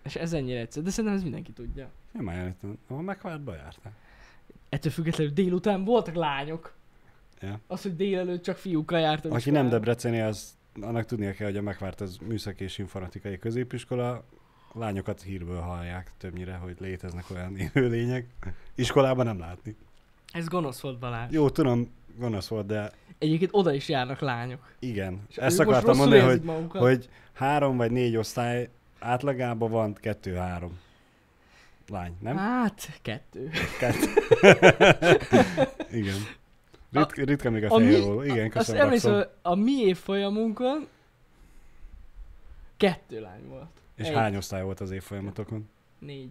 És ez ennyire egyszerű, de szerintem ez mindenki tudja. Nem már jelent, a megvártba jártál. Ettől függetlenül délután voltak lányok. Ja. Az, hogy délelőtt csak fiúkkal jártam. Aki nem iskolába. debreceni, az annak tudnia kell, hogy a megvárt az műszaki és informatikai középiskola. Lányokat hírből hallják többnyire, hogy léteznek olyan élőlények. Iskolában nem látni. Ez gonosz volt Balázs. Jó, tudom, gonosz volt, de Egyébként oda is járnak lányok. igen. És Ezt ők most akartam rosszul mondani, érzik hogy, magukat. hogy három vagy négy osztály átlagában van kettő-három lány, nem? Hát, kettő. Kettő. igen. Rit- ritka még a a mi- fehér óló. Igen, Azt köszönöm. emlékszem, Lakszom. hogy a mi évfolyamunkon kettő lány volt. És egy. hány osztály volt az évfolyamatokon? Négy.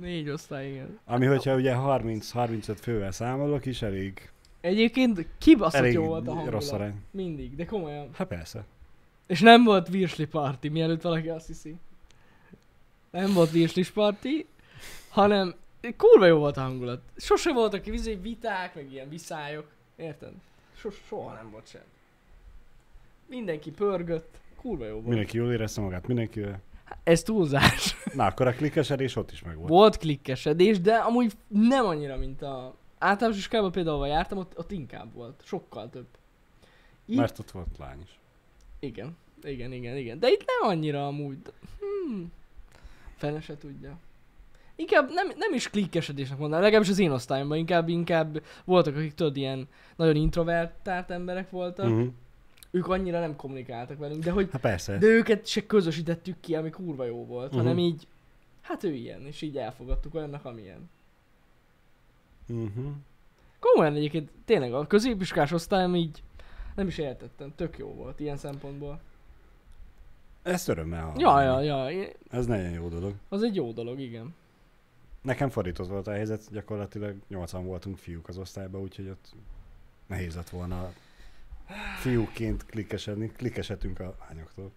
Négy osztály, igen. Ami, hogyha ugye 30-35 fővel számolok is, elég, Egyébként kibaszott elég jó volt a hangulat. rossz arány. Mindig, de komolyan. Hát persze. És nem volt virsli parti, mielőtt valaki azt hiszi. Nem volt virslis parti, hanem kurva jó volt a hangulat. Sose voltak izé viták, meg ilyen viszályok. Érted? Sos, soha nem volt sem. Mindenki pörgött. Kurva jó volt. Mindenki jól érezte magát, mindenkivel. Ez túlzás. Na, akkor a klikkesedés ott is megvolt. Volt klikkesedés, de amúgy nem annyira, mint a általános iskolában például, ahol jártam, ott, ott inkább volt. Sokkal több. Itt, Mert ott volt lány is. igen, igen, igen, igen. De itt nem annyira amúgy. Hmm. Fene se tudja. Inkább nem, nem is klikkesedésnek mondanám, legalábbis az én osztályomban inkább, inkább voltak, akik tudod, ilyen nagyon introvertált emberek voltak, Uh-huh. ők annyira nem kommunikáltak velünk, de hogy Hát persze. de őket se közösítettük ki, ami kurva jó volt, Mhm. uh-huh. hanem így, hát ő ilyen, és így elfogadtuk olyannak, amilyen. Uh-huh. Komolyan egyébként, tényleg a középiskás osztályom így nem is értettem, tök jó volt ilyen szempontból. Ezt örömmel hallom. Ja, ja, ja, é- Ez nagyon jó dolog. az egy jó dolog, igen. Nekem fordított volt a helyzet, gyakorlatilag 80 voltunk fiúk az osztályban, úgyhogy ott nehéz lett volna fiúként klikkesedni. Klikkesetünk a lányoktól.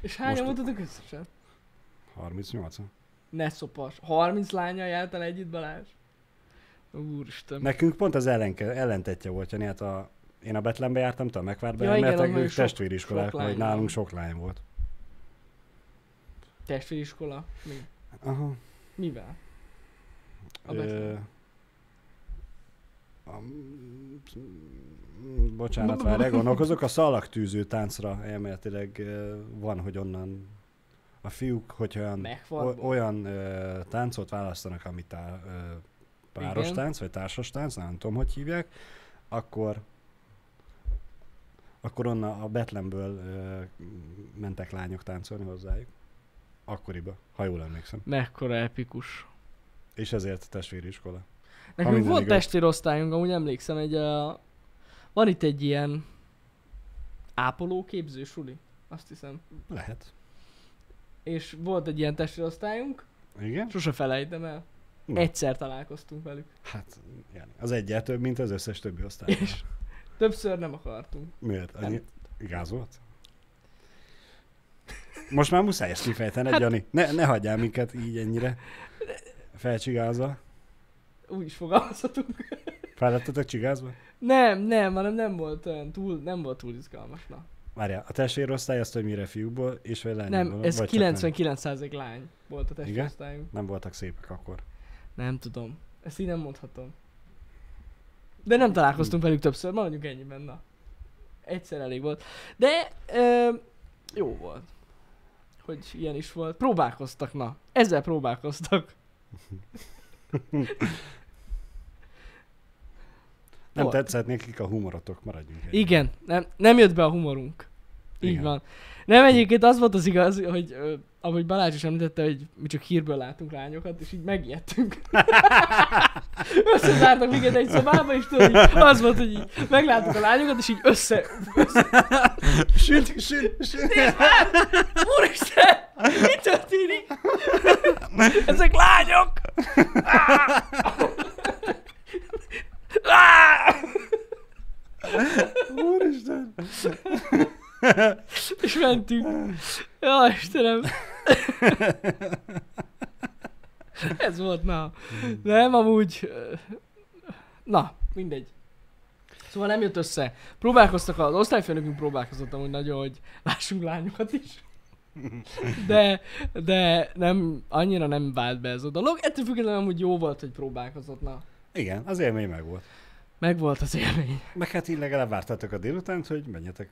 És hányan Most- voltatok összesen? 38 Ne szopas. 30 lánya jártál együtt, Balázs? Úristen. Nekünk pont az ellenke, ellentetje volt, Jani, hát a, én a Betlenbe jártam, te a Megvárba Ja, ja, igen, mert annak ők sok- testvériskolák, sok vagy lány nálunk van. sok lány volt. Testvériskola? Mi? Aha. Mivel? A Ö, Bethlen. a, mm, bocsánat, várj, gondolkozok. A szalagtűző táncra elméletileg ö, van, hogy onnan a fiúk, hogyha olyan, o, Megfarból? olyan ö, táncot választanak, amit tá, ö, páros Igen. tánc, vagy társas tánc, nem tudom, hogy hívják, akkor akkor onnan a Betlemből ö, mentek lányok táncolni hozzájuk. Akkoriba, ha jól emlékszem. Mekkora epikus. És ezért testvériskola. Nekünk minden volt igaz. testvérosztályunk, amúgy emlékszem, egy a... Van itt egy ilyen ápolóképző suli, azt hiszem. Lehet. És volt egy ilyen testvérosztályunk, Igen? sose felejtem el. Na. Egyszer találkoztunk velük. Hát, Jani, az egyel több, mint az összes többi osztály. És többször nem akartunk. Miért? Annyi Nem. gáz volt? Most már muszáj ezt kifejtened, Hát- hát... Jani. Ne, ne hagyjál minket így ennyire felcsigázva. Úgy is fogalmazhatunk. Fel lettetek csigázva? Nem, nem, hanem nem volt olyan túl, nem volt túl izgalmas. Na. Várjál, a testvérosztály azt, hogy mire fiúkból és vagy lányokból? Nem, ez vagy csak nem? 99% lány volt a testvérosztályunk. Nem voltak szépek akkor. Nem tudom. Ezt így nem mondhatom. De nem találkoztunk velük többször, maradjunk ennyiben, na. Egyszer elég volt. De ö, jó volt. Hogy ilyen is volt. Próbálkoztak, na. Ezzel próbálkoztak. Nem Volt. tetszett nekik a humorotok, maradjunk ennyi. Igen, nem, nem jött be a humorunk. Így Igen. van. Nem egyébként az volt az igaz, hogy ö, ahogy Balázs is említette, hogy mi csak hírből látunk lányokat, és így megijedtünk. Összezártak minket egy szobába, és tudod, így az volt, hogy így megláttuk a lányokat, és így össze... Süt, süt, süt. Úristen! Mi történik? Ezek lányok! Ah! Á! Á! Úristen. És mentünk. Jaj, Istenem. Ez volt, na. Nem, amúgy... ö, Na, mindegy. Szóval nem jött össze. Próbálkoztak, az osztályfőnökünk próbálkozott amúgy nagyon, hogy lássunk lányokat is. De, de nem, annyira nem vált be ez a dolog. Ettől függetlenül amúgy jó volt, hogy próbálkozott, na. Igen, az élmény meg volt. Megvolt az élmény. Meg hát így legalább vártatok a délutánt, hogy menjetek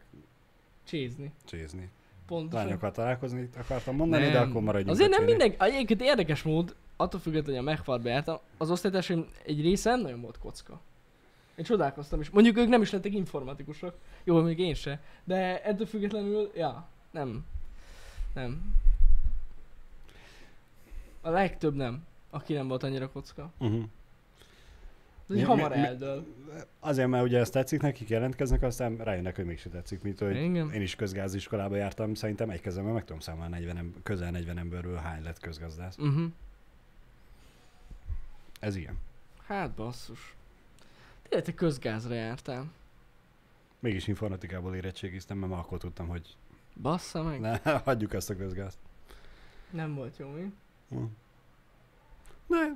Csézni. csézni. Pontosan. Lányokkal találkozni akartam mondani, nem. de Nem. akkor maradjunk. Azért nem öcsének. mindenki, egyébként érdekes mód, attól függetlenül, hogy a megfarba jártam, az osztálytársaim egy része nem nagyon volt kocka. Én csodálkoztam is. Mondjuk ők nem is lettek informatikusok. Jó, még én se. De ettől függetlenül, ja, nem. Nem. A legtöbb nem, aki nem volt annyira kocka. Uh-huh. Ez így Mi- hamar mi- mi- eldől. Azért, mert ugye ezt tetszik nekik, jelentkeznek, aztán rájönnek, hogy mégsem tetszik, mint hogy Igen. én is közgáziskolába jártam, szerintem egy kezemben meg tudom számolni 40 em- közel 40 emberből hány lett közgazdász. Uh-huh. Ez ilyen. Hát basszus. Tényleg te közgázra jártál. Mégis informatikából érettségiztem, mert már akkor tudtam, hogy Bassza meg. ne, hagyjuk ezt a közgázt. Nem volt jó, mi? Hm. Ne.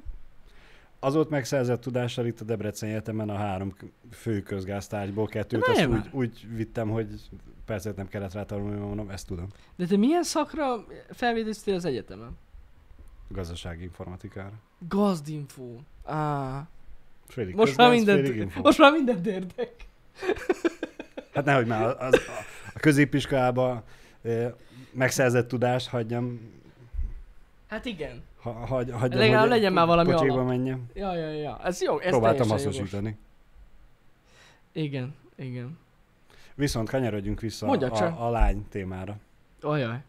Az ott megszerzett tudással itt a Debrecen Egyetemen a három k- fő közgáztárgyból kettőt, De azt nem. úgy, úgy vittem, hogy percet nem kellett rá tanulni, mert mondom, ezt tudom. De te milyen szakra felvédőztél az egyetemen? Gazdasági informatikára. Gazdinfó. Á, Félig most már, közgáz, félig mindent, info. most már mindent érdek. Hát nehogy már az, az, a középiskolába ö, megszerzett tudást hagyjam, Hát igen. ha, hagy, hagyjam Legalább hogy legyen már valami pocsékba alap. menjem. Ja, ja, ja. Ez jó, ez Próbáltam teljesen jogos. hasznosítani. Igen, igen. Viszont kanyarodjunk vissza Mondjad csak. a, a lány témára, Ajaj.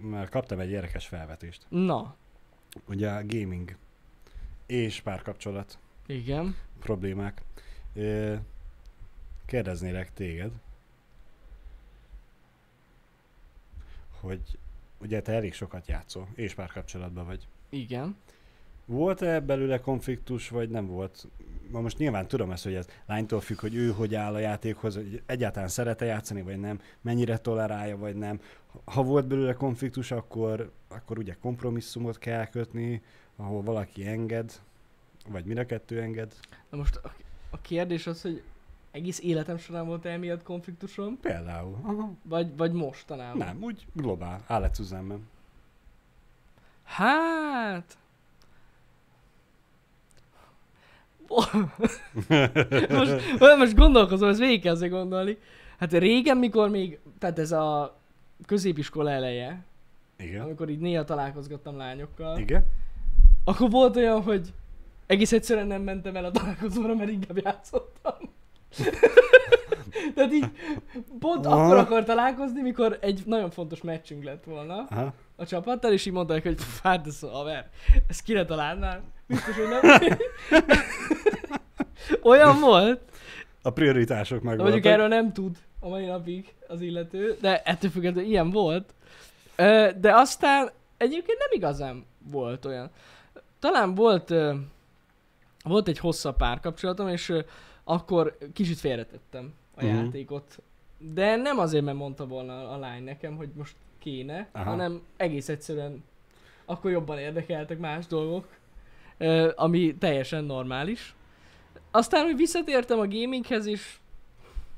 mert kaptam egy érdekes felvetést. Na, Ugye a gaming és párkapcsolat igen. problémák. Ö, Kérdeznélek téged, hogy ugye te elég sokat játszol, és párkapcsolatban vagy. Igen. Volt-e belőle konfliktus, vagy nem volt? Ma most nyilván tudom ezt, hogy ez lánytól függ, hogy ő hogy áll a játékhoz, hogy egyáltalán szerete játszani, vagy nem, mennyire tolerálja, vagy nem. Ha volt belőle konfliktus, akkor, akkor ugye kompromisszumot kell kötni, ahol valaki enged, vagy mire kettő enged. Na most a, a kérdés az, hogy egész életem során volt emiatt konfliktusom, Például. Aha. vagy, vagy mostanában? Nem, úgy globál, állatüzemben. Hát... most, most gondolkozom, ez végig kezdve gondolni. Hát régen, mikor még, tehát ez a középiskola eleje, Igen. amikor így néha találkozgattam lányokkal, Igen? akkor volt olyan, hogy egész egyszerűen nem mentem el a találkozóra, mert inkább játszottam. Tehát így pont Aha. akkor akar találkozni, mikor egy nagyon fontos meccsünk lett volna Aha. a csapattal, és így mondták, hogy "Pff, hát ez haver, ezt kire találnál? Biztos, hogy nem. Olyan volt, A prioritások meg de mondjuk erről nem tud a mai napig az illető, de ettől függetlenül ilyen volt. Ö, De aztán egyébként nem igazán volt olyan. Talán volt, ö, volt egy hosszabb párkapcsolatom, és ö, akkor kicsit félretettem a Mhm. játékot. De nem azért, mert mondta volna a lány nekem, hogy most kéne, Aha. Aha. hanem egész egyszerűen akkor jobban érdekeltek más dolgok, ö, ami teljesen normális. Aztán, hogy visszatértem a gaminghez, és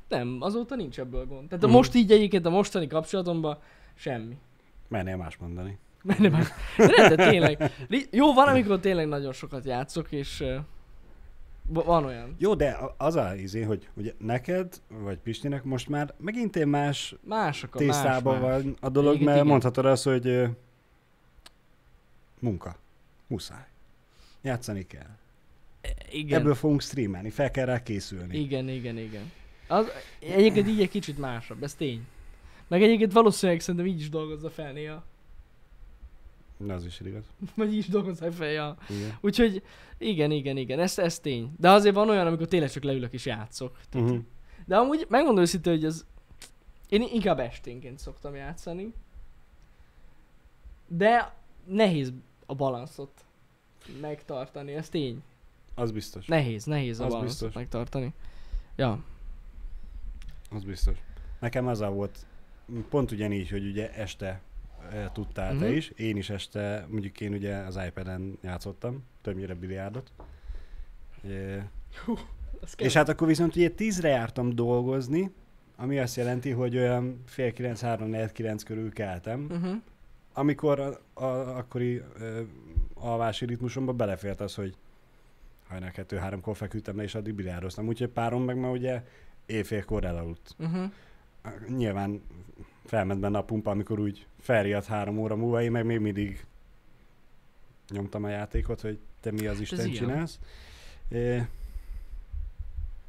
nem, azóta nincs ebből gond. Tehát a Mhm. most így egyébként a mostani kapcsolatomban semmi. Mernél más mondani. Mert nem, de nem, de tényleg. Ri- Jó, van, amikor tényleg nagyon sokat játszok, és ö, va- van olyan. Jó, de a- az a izé, hogy ugye neked, vagy Pistinek most már megint én más Mások a tésztában más, más. van a dolog, Igen, mert igen. mondhatod azt, hogy ö, munka, muszáj. Játszani kell. Igen. Ebből fogunk streamelni, fel kell rá készülni. Igen, igen, igen. Az, egyébként így egy kicsit másabb, ez tény. Meg egyébként valószínűleg szerintem így is dolgozza fel néha. Na, az is igaz. Vagy így is dolgozzák fel néha. Igen. Úgyhogy igen, igen, igen, ez, ez tény. De azért van olyan, amikor tényleg csak leülök és játszok. Uh-huh. De amúgy megmondom őszintén, hogy az... Én inkább esténként szoktam játszani. De nehéz a balanszot megtartani, ez tény. Az biztos. Nehéz, nehéz a Az az balanszot biztos. biztos. megtartani. Ja. Az biztos. Nekem az a volt, pont ugyanígy, hogy ugye este eh, tudtál te Mhm. is, én is este, mondjuk én ugye az iPad-en játszottam, többnyire biliárdot. Eh, Az És hát akkor viszont ugye tízre jártam dolgozni, ami azt jelenti, hogy olyan fél kilenc, három, negyed kilenc körül keltem, uh-huh. amikor a, a akkori ö, alvási ritmusomba belefért az, hogy hajnal kettő, háromkor feküdtem le, és addig biliároztam. Úgyhogy párom meg már ugye éjfélkor elaludt. Uh-huh. Nyilván felment benne a pumpa, amikor úgy felriadt három óra múlva, én meg még mindig nyomtam a játékot, hogy te mi az Isten ilyen. csinálsz. É,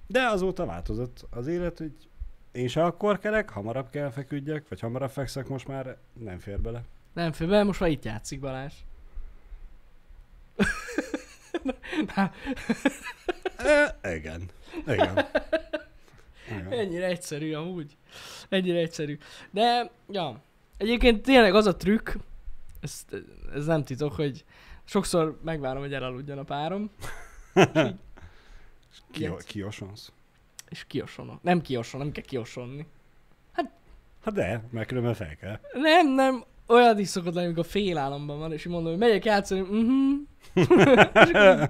De azóta változott az élet, hogy én se akkor kelek, hamarabb kell feküdjek, vagy hamarabb fekszek, most már nem fér bele. Nem fő, be, most már itt játszik Balázs. E, igen. Igen. igen. Ennyire egyszerű amúgy. Ennyire egyszerű. De, ja. Egyébként tényleg az a trükk, ez, ez nem titok, hogy sokszor megvárom, hogy elaludjon a párom, Kio, kiosonsz. és kiosonok. Nem kioson, nem kell kiosonni. Hát de, mert különben fel kell. Nem, nem, olyan is szokott lenni, amikor fél államban van, és így mondom, hogy megyek játszani, mhm. És akkor így,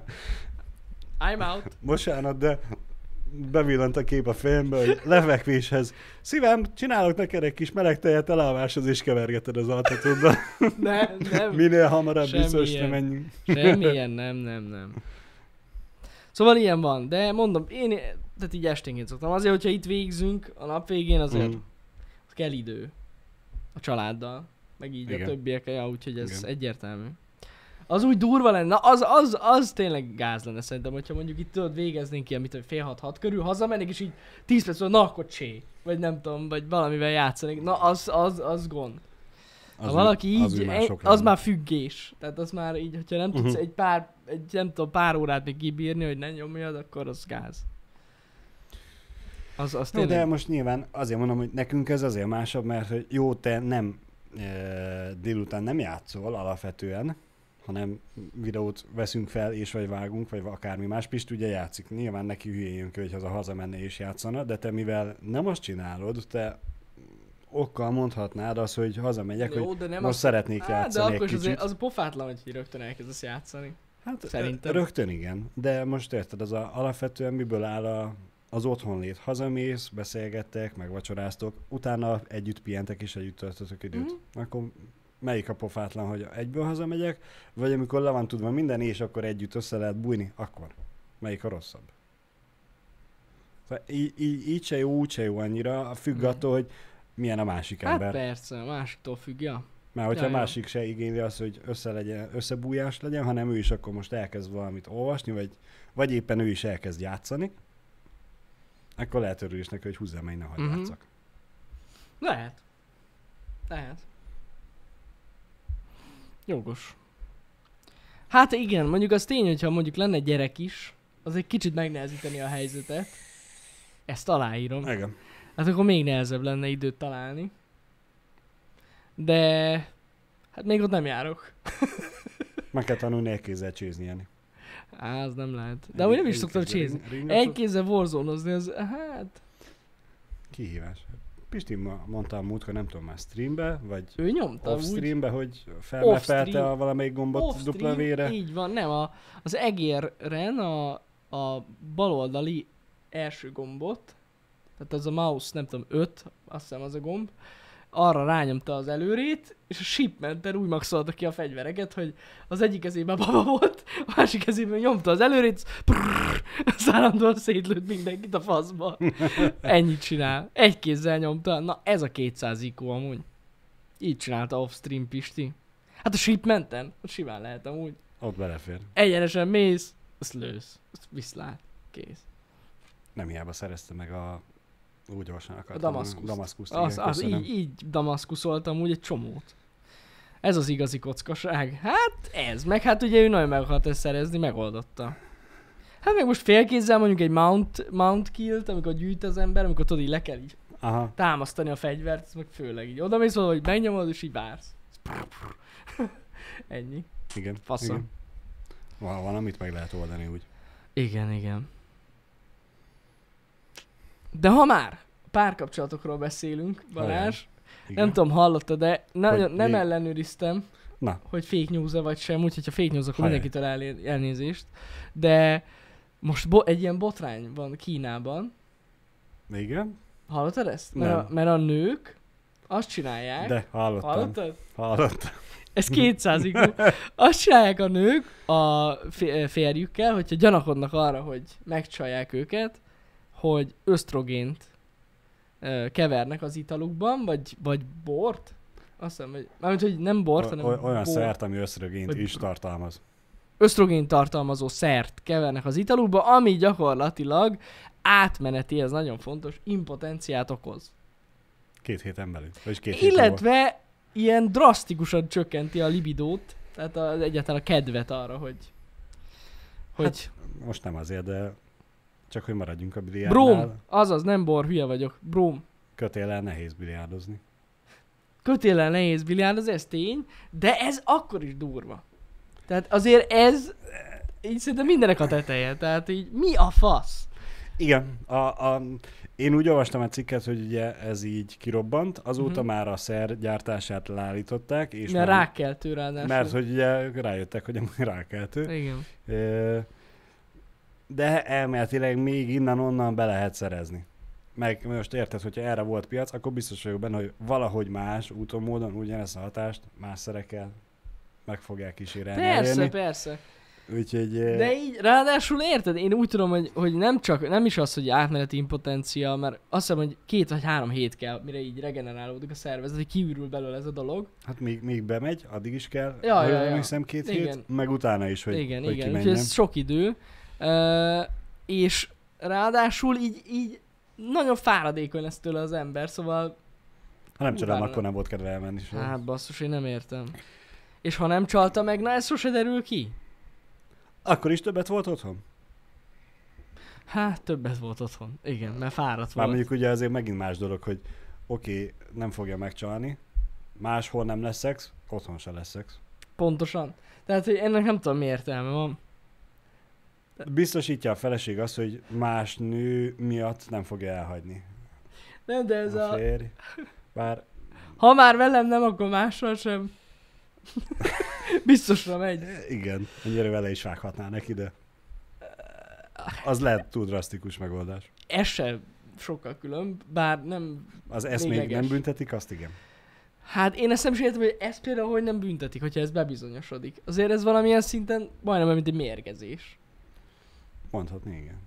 I'm out. Bocsánat, de bevillant a kép a filmbe, hogy lefekvéshez. Szívem, csinálok neked egy kis meleg tejet eláváshoz, és kevergeted az altatóddal. Nem, nem. Minél hamarabb Semmi biztos nem ilyen. menjünk. Semmilyen, nem, nem, nem. Szóval ilyen van, de mondom, én tehát így esténként szoktam. Azért, hogyha itt végzünk a nap végén, azért Mm. mm. kell idő a családdal, meg így Igen. Igen. a többiekkel, ja, úgyhogy ez Igen. egyértelmű. Az úgy durva lenne, Na, az, az, az tényleg gáz lenne szerintem, hogyha mondjuk itt tudod végeznénk ilyen, mit tudom, fél hat-hat körül, hazamennék és így 10 perc múlva, na akkor csé, vagy nem tudom, vagy valamivel játszanék, na az, az, az gond. Az ha valaki így, az, már egy, sok az lenne. már függés. Tehát az már így, hogyha nem tudsz Mhm. egy pár, egy, nem tudom, pár órát még kibírni, hogy ne nyomjad, akkor az gáz. Az, az Jó, tényleg... de most nyilván azért mondom, hogy nekünk ez azért másabb, mert hogy jó, te nem e, délután nem játszol alapvetően, hanem videót veszünk fel, és vagy vágunk, vagy akármi más. Pist ugye játszik. Nyilván neki hülyén jön ki, hogyha haza hazamenne és játszana, de te mivel nem azt csinálod, te okkal mondhatnád azt, hogy hazamegyek, Jó, hogy de nem most azt- szeretnék Á, de játszani akkor egy is kicsit. azért, az pofátlan, hogy így rögtön elkezdesz játszani. Hát Szerintem. Szerintem. rögtön igen, de most érted, az a, alapvetően miből áll a, az otthonlét. Hazamész, beszélgettek, megvacsoráztok, utána együtt pihentek és együtt töltötök időt. Mhm. Mm-hmm. Akkor melyik a pofátlan, hogy egyből hazamegyek, vagy amikor le van tudva minden, és akkor együtt össze lehet bújni, akkor melyik a rosszabb? Szóval így, így, így se jó, úgy se jó annyira, függ Mhm. attól, hogy milyen a másik Hát ember. persze, a másiktól függ, ja. Mert hogyha Ja, ja, ja. másik se igényli azt, hogy össze legyen, összebújás legyen, hanem ő is akkor most elkezd valamit olvasni, vagy, vagy éppen ő is elkezd játszani, akkor lehet örül is neki, hogy húzzá meg, ne hagyd Mhm. uh-huh. játszak. Lehet. Lehet. Jogos. Hát igen, mondjuk az tény, hogyha mondjuk lenne gyerek is, az egy kicsit megnehezíteni a helyzetet. Ezt aláírom. Igen. Hát akkor még nehezebb lenne időt találni. De... Hát még ott nem járok. Meg kell tanulni egy kézzel csézni élni. Á, az nem lehet. De amúgy nem is szoktam csézni. Egy kézzel warzonozni, az hát... Kihívás. Pisti ma mondta a múltkor, nem tudom már streambe, vagy Ő nyomta off úgy. streambe, hogy Hát Off-stream. felmefelte a valamelyik gombot Off-stream, dupla vére. Így van, nem, a, az egérren a, a baloldali első gombot, tehát az a mouse, nem tudom, 5, azt hiszem az a gomb, arra rányomta az előrét, és a shipmenter úgy maxolta ki a fegyvereket, hogy az egyik kezében baba volt, a másik kezében nyomta az előrét, prrrr, az állandóan szétlőtt mindenkit a faszba. Ennyit csinál. Egy kézzel nyomta. Na ez a 200 IQ amúgy. Így csinálta off-stream Pisti. Hát a shipmenten, ott simán lehet amúgy. Ott belefér. Egyenesen mész, azt lősz, azt viszlát, kész. Nem hiába szerezte meg a... Úgy gyorsan akartam. Damaszkuszt. Damaszkuszt, igen, Az, az köszönöm. így, így damaszkuszoltam úgy egy csomót. Ez az igazi kockaság. Hát ez, meg hát ugye ő nagyon meg akart ezt szerezni, megoldotta. Hát meg most félkézzel mondjuk egy mount, mount kill-t, amikor gyűjt az ember, amikor tudod így le kell így Aha. támasztani a fegyvert, ez meg főleg így oda mész hogy megnyomod és így vársz. Ennyi. Igen. Fasza. Igen. Van, van, amit meg lehet oldani úgy. Igen, igen. De ha már párkapcsolatokról beszélünk, Balázs, Igen. nem tudom, hallotta, de nagyon, Hogy nem mi- ellenőriztem, Na. hogy fake news vagy sem, úgyhogy ha fake news, akkor Hajrá. mindenkitől el, elnézést. De most bo- egy ilyen botrány van Kínában. Igen. Hallottad ezt? Mert, Nem. A, mert a nők azt csinálják. De hallottam. Hallottam. Hallottad? hallottam. Ez 200 IQ. Azt csinálják a nők a fé- férjükkel, hogyha gyanakodnak arra, hogy megcsalják őket, hogy ösztrogént ö, kevernek az italukban, vagy, vagy bort. Azt hiszem, hogy, mármint, hogy nem bort, hanem O- olyan bor. szert, ami összrögényt Vagy- is tartalmaz. ösztrogén tartalmazó szert kevernek az italukba, ami gyakorlatilag átmeneti, ez nagyon fontos, impotenciát okoz. Két héten belül. Vagy két héten múlva. Illetve ilyen drasztikusan csökkenti a libidót, tehát a, egyáltalán a kedvet arra, hogy hogy Most nem azért, de csak hogy maradjunk a hát, biliárdnál. bróm, azaz nem bor, hülye vagyok, bróm. Kötéllel nehéz biliárdozni. Kötélen nehéz biliárd, az ez tény, de ez akkor is durva. Tehát azért ez, így szerintem mindenek a teteje, tehát így mi a fasz? Igen, a, a, én úgy olvastam egy cikket, hogy ugye ez így kirobbant, azóta Mhm. már a szer gyártását leállították, és Mert már- rákeltő ráadásul. mert hogy ugye rájöttek, hogy amúgy rákeltő. Igen. Ö, De elméletileg még innen-onnan be lehet szerezni. Meg most érted, hogyha erre volt piac, akkor biztos vagyok benne, hogy valahogy más úton, módon ugyanezt a hatást más szerekkel meg fogják kísérelni Persze, elérni. persze. Úgyhogy... De így, ráadásul érted, én úgy tudom, hogy, hogy nem csak, nem is az, hogy átmeneti impotencia, mert azt hiszem, hogy két vagy három hét kell, mire így regenerálódik a szervezet, hogy kiürül belőle ez a dolog. Hát még, még bemegy, addig is kell, Ja, ha ja, jól ja. emlékszem, két Igen. hét, meg utána is, hogy, igen, hogy igen, úgyhogy kimenjen. ez sok idő. Uh, és ráadásul így, így nagyon fáradékony lesz tőle az ember, szóval Ha nem csodálom, Utána- akkor nem volt kedve elmenni. Sem. hát basszus, én nem értem. És ha nem csalta meg, na ez sose derül ki? Akkor is többet volt otthon? Hát többet volt otthon. Igen, mert Már fáradt volt. mondjuk ugye azért megint más dolog, hogy oké, okay, nem fogja megcsalni, máshol nem lesz szex, otthon se lesz szex. Pontosan. Tehát, hogy ennek nem tudom mi értelme van. Biztosítja a feleség azt, hogy más nő miatt nem fogja elhagyni. Nem, de ez a... férj. Bár Ha már velem nem, akkor mással sem. Biztosra megy. eh, igen, ennyire vele is vághatná neki, de az lehet túl drasztikus megoldás. Ez sem sokkal különb, bár nem... Az ezt még Lényeges. nem büntetik, azt igen. Hát én ezt nem is értem, hogy ezt például hogy nem büntetik, hogyha ez bebizonyosodik. Azért ez valamilyen szinten majdnem olyan, mint egy mérgezés. Mondhatni, igen.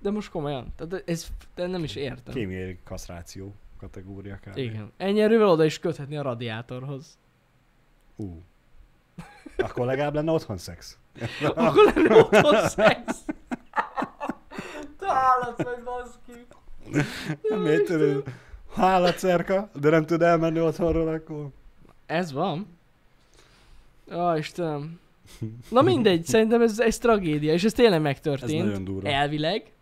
De most komolyan. Tehát ez de nem is értem. Kémiai kasztráció kategória kb. Igen. Ennyi erővel oda is köthetni a radiátorhoz. Ú. Akkor legalább lenne otthon szex. Akkor lenne otthon szex. Te állat vagy, baszki. Miért tudod? Hála cerka, de nem tud elmenni otthonról, akkor... Ez van. Ó, Istenem. Na mindegy, szerintem ez, ez tragédia, és ez tényleg Ez megtörtént. nagyon durva. Elvileg.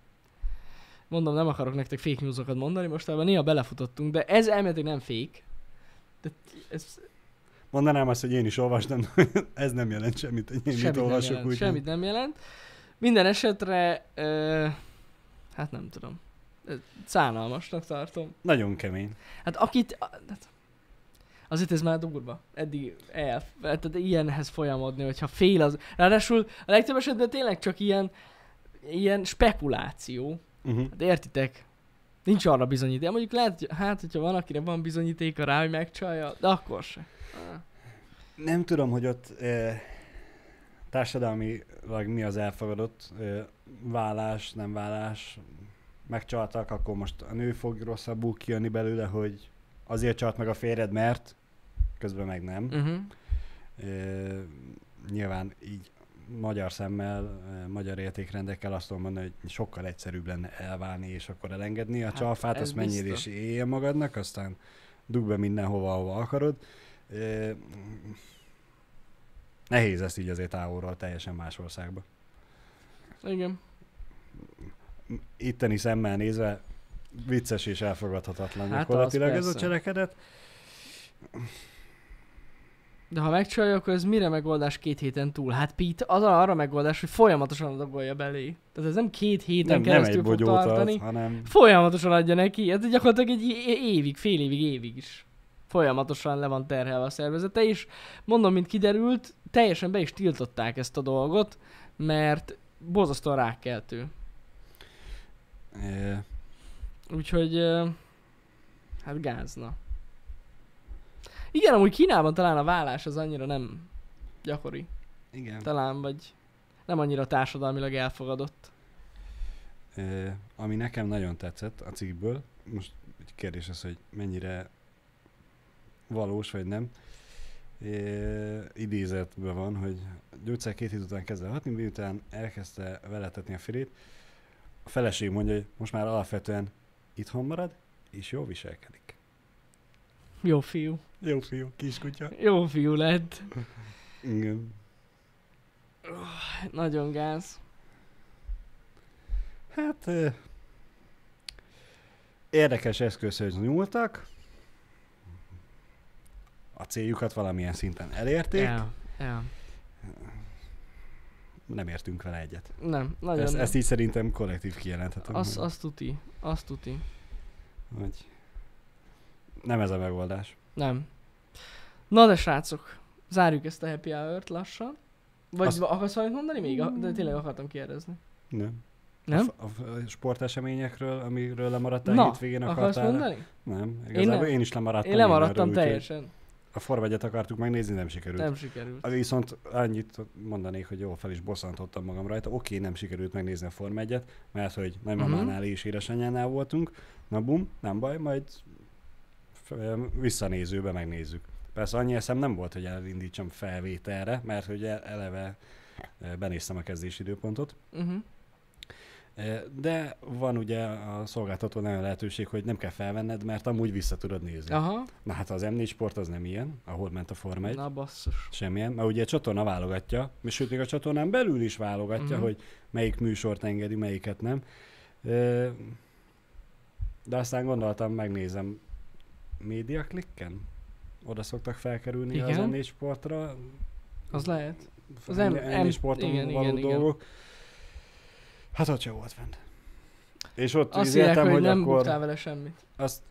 Mondom, nem akarok nektek fake newsokat mondani, most ebben néha belefutottunk, de ez elméletileg nem fake. De ez Mondanám azt, hogy én is olvastam, de ez nem jelent semmit, hogy én mit semmit, nem olvasok jelent, úgy. semmit nem jelent. Minden esetre, ö, hát nem tudom. Ez Szánalmasnak tartom. Nagyon kemény. Hát akit... a- hát Azért ez már durva. Eddig el, tehát ilyenhez folyamodni, hogyha fél az... Ráadásul a legtöbb esetben tényleg csak ilyen, ilyen spekuláció. Uh-huh. Hát értitek? Nincs arra bizonyíték. Mondjuk lehet, hogy hát, hogyha van, akire van bizonyítéka rá, hogy megcsalja, de akkor se. Ah. Mhm. Nem tudom, hogy ott eh, társadalmilag mi az elfogadott eh, vállás, nem vállás, megcsaltak, akkor most a nő fog rosszabbul kijönni belőle, hogy azért csalt meg a férjed, mert közben meg nem. Uh-huh. Ö, nyilván így magyar szemmel, ö, magyar értékrendekkel azt tudom mondani, hogy sokkal egyszerűbb lenne elválni és akkor elengedni a Hát, csalfát, ez azt menjél biztos. és éljél magadnak, aztán dugd be mindenhova, ahova akarod. Ö, Nehéz ezt így azért távolról teljesen más országba. Igen. Itteni szemmel nézve vicces és elfogadhatatlan Hát az hát gyakorlatilag ez a persze. cselekedet. De ha megcsalja, akkor ez mire megoldás két héten túl? Hát Pete, az a- arra megoldás, hogy folyamatosan adagolja belé. Tehát ez nem két héten Nem, nem keresztül egy fog tartani. bogyótart, hanem Folyamatosan adja neki, hát gyakorlatilag egy é- évig, fél évig, évig is. Folyamatosan le van terhelve a szervezete, és mondom, mint kiderült, teljesen be is tiltották ezt a dolgot, mert borzasztóan rákkeltő. ö, Úgyhogy, ö, hát gázna. Igen, amúgy Kínában talán a vállás az annyira nem gyakori. igen. Talán, vagy nem annyira társadalmilag elfogadott. Ö, ami nekem nagyon tetszett a cikkből, most egy kérdés az, hogy mennyire valós vagy nem, Ö, idézetben van, hogy gyógyszer két hét után kezd el hatni, miután elkezdte veletetni a férjét, a feleség mondja, hogy most már alapvetően itthon marad, és jól viselkedik. Jó fiú. Jó fiú, kiskutya. Jó fiú lett. Igen. Nagyon gáz. Hát ö, érdekes eszközhöz nyúltak, a céljukat valamilyen szinten elérték, yeah. Ja, ja. nem értünk vele egyet. Nem, nagyon Ezt, nem. ezt így szerintem kollektív kijelenthetem. Az, hogy- az tuti, az tuti. Hogy nem ez a megoldás. Nem. Na de srácok, zárjuk ezt a happy hour-t lassan. Vagy Azt- Mm. Azt... akarsz valamit mondani még? A- De tényleg akartam kérdezni. Nem. A, Nem? f- a, f- a sporteseményekről, amiről lemaradtál Na, hétvégén Akarsz akartál. mondani? Nem, igazából én, nem. én is lemaradtam. Én lemaradtam mindenről, úgyhogy teljesen. a Forma 1 akartuk megnézni, nem sikerült. Nem sikerült. Az Viszont annyit mondanék, hogy jól fel is bosszantottam magam rajta. Oké, nem sikerült megnézni a Form 1 mert hogy nagymamánál és édesanyjánál voltunk. Na bum, nem baj, majd f- visszanézőbe megnézzük. Persze annyi eszem nem volt, hogy elindítsam felvételre, mert hogy e- eleve e, benéztem a kezdési időpontot. Uh-huh. E, De van ugye a szolgáltatónál olyan lehetőség, hogy nem kell felvenned, mert amúgy vissza tudod nézni. Aha, Na hát az M4 Sport az nem ilyen, ahol ment a Forma 1. na basszus. Semmilyen, mert ugye a csatorna válogatja, és sőt még a csatornán belül is válogatja, Mhm. uh-huh. hogy melyik műsort engedi, melyiket nem. Ö, De aztán gondoltam, megnézem médiaklikken? Oda szoktak felkerülni Igen? az Igen. M4 sportra. Az lehet. Az Az M- M- M4 sporton igen, igen, való igen, igen, igen. dolgok. Hát ott se volt fent. És ott Azt ízleltem, írják, hogy nem akkor... buktál vele semmit. Azt...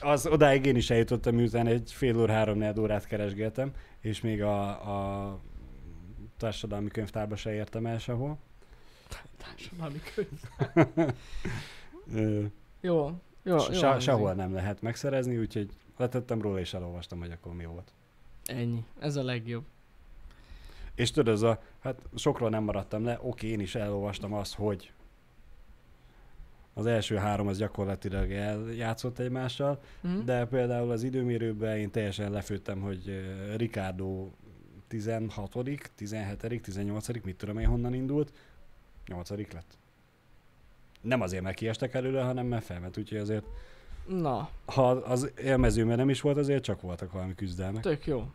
Az odáig én is eljutottam, miután egy fél óra, három órát keresgéltem, és még a, a társadalmi könyvtárba se értem el sehol. Társadalmi könyv. Ö, Jó, jó, jó. se, hangzik. sehol nem lehet megszerezni, úgyhogy letettem róla és elolvastam, hogy akkor mi volt. Ennyi. Ez a legjobb. És tudod, az a, hát sokról nem maradtam le, oké, én is elolvastam azt, hogy az első három az gyakorlatilag eljátszott egymással, Mhm. De például az időmérőben én teljesen lefőttem, hogy ö, Ricardo 16., 17., 18., mit tudom én honnan indult, 8. lett. Nem azért, mert kiestek előle, hanem mert felment, úgyhogy azért, Na, ha az élmezőben nem is volt, azért csak voltak valami küzdelmek. tök jó.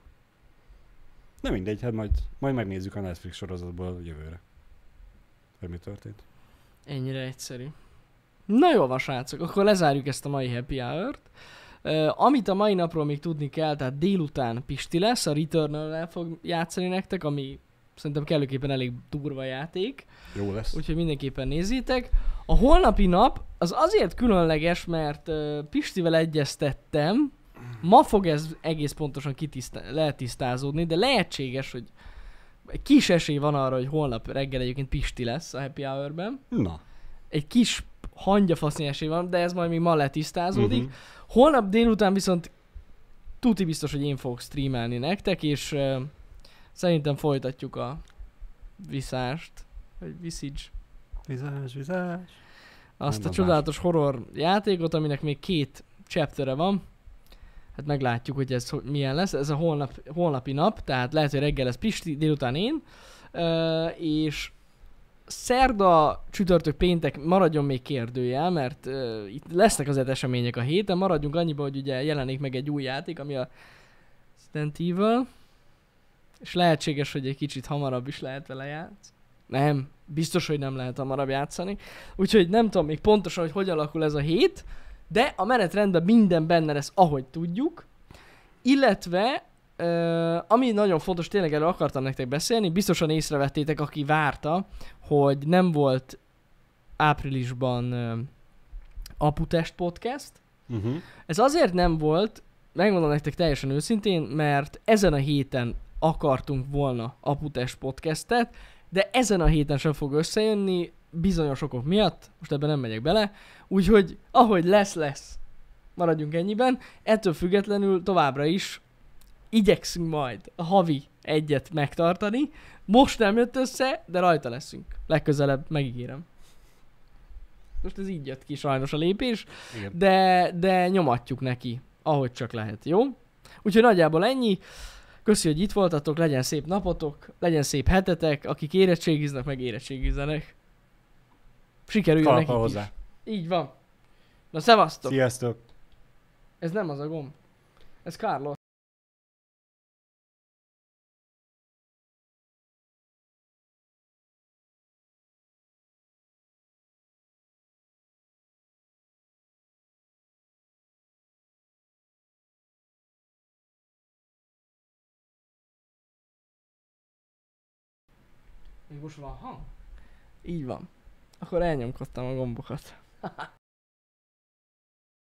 Nem mindegy, hát majd, majd megnézzük a Netflix sorozatból jövőre. Hogy mi történt. Ennyire egyszerű. Na jó van, srácok, akkor lezárjuk ezt a mai happy hour-t. Ö, amit a mai napról még tudni kell, tehát délután Pisti lesz, a return fog játszani nektek, ami szerintem kellőképpen elég durva játék, Jó lesz. úgyhogy mindenképpen nézzétek. A holnapi nap az azért különleges, mert ö, Pistivel egyeztettem, ma fog ez egész pontosan kitisztá- letisztázódni, de lehetséges, hogy kis esély van arra, hogy holnap reggel egyébként Pisti lesz a happy hour-ben Na. egy kis hangyafasznyi esély van, de ez majd még ma letisztázódik. Mhm. Uh-huh. Holnap délután viszont tuti biztos, hogy én fogok streamelni nektek, és uh, szerintem folytatjuk a viszást, vagy viszidj, Vizás, vizás. azt Nem a dobás. csodálatos horror játékot, aminek még két chaptere van. Hát meglátjuk, hogy ez hogy milyen lesz. Ez a holnap, holnapi nap, tehát lehet, hogy reggel lesz Pisti, délután én. Ö, és szerda, csütörtök, péntek maradjon még kérdőjel, mert ö, itt lesznek azért események a héten. Maradjunk annyiba, hogy ugye jelenik meg egy új játék, ami a Resident Evil. És lehetséges, hogy egy kicsit hamarabb is lehet vele játsz. Nem, biztos, hogy nem lehet hamarabb játszani. Úgyhogy nem tudom még pontosan, hogy hogy alakul ez a hét, de a menetrendben minden benne lesz, ahogy tudjuk. Illetve, ö, ami nagyon fontos, tényleg erről akartam nektek beszélni, biztosan észrevettétek, aki várta, hogy nem volt áprilisban ö, Aputest podcast. Uh-huh. Ez azért nem volt, megmondom nektek teljesen őszintén, mert ezen a héten akartunk volna Aputest podcastet, de ezen a héten sem fog összejönni, bizonyos okok miatt, most ebben nem megyek bele, úgyhogy ahogy lesz, lesz. Maradjunk ennyiben. Ettől függetlenül továbbra is igyekszünk majd a havi egyet megtartani. Most nem jött össze, de rajta leszünk. Legközelebb megígérem. Most ez így jött ki sajnos a lépés, Igen. de, de nyomatjuk neki, ahogy csak lehet, jó? Úgyhogy nagyjából ennyi. Köszi, hogy itt voltatok, legyen szép napotok, legyen szép hetetek, akik érettségiznek, meg érettségizzenek. Sikerüljön Talpa nekik hozzá. hozzá. is. Így van. Na, szevasztok! Sziasztok. Ez nem az a gomb. Ez Carlos. Még most van hang? Így van. Akkor elnyomkodtam a gombokat.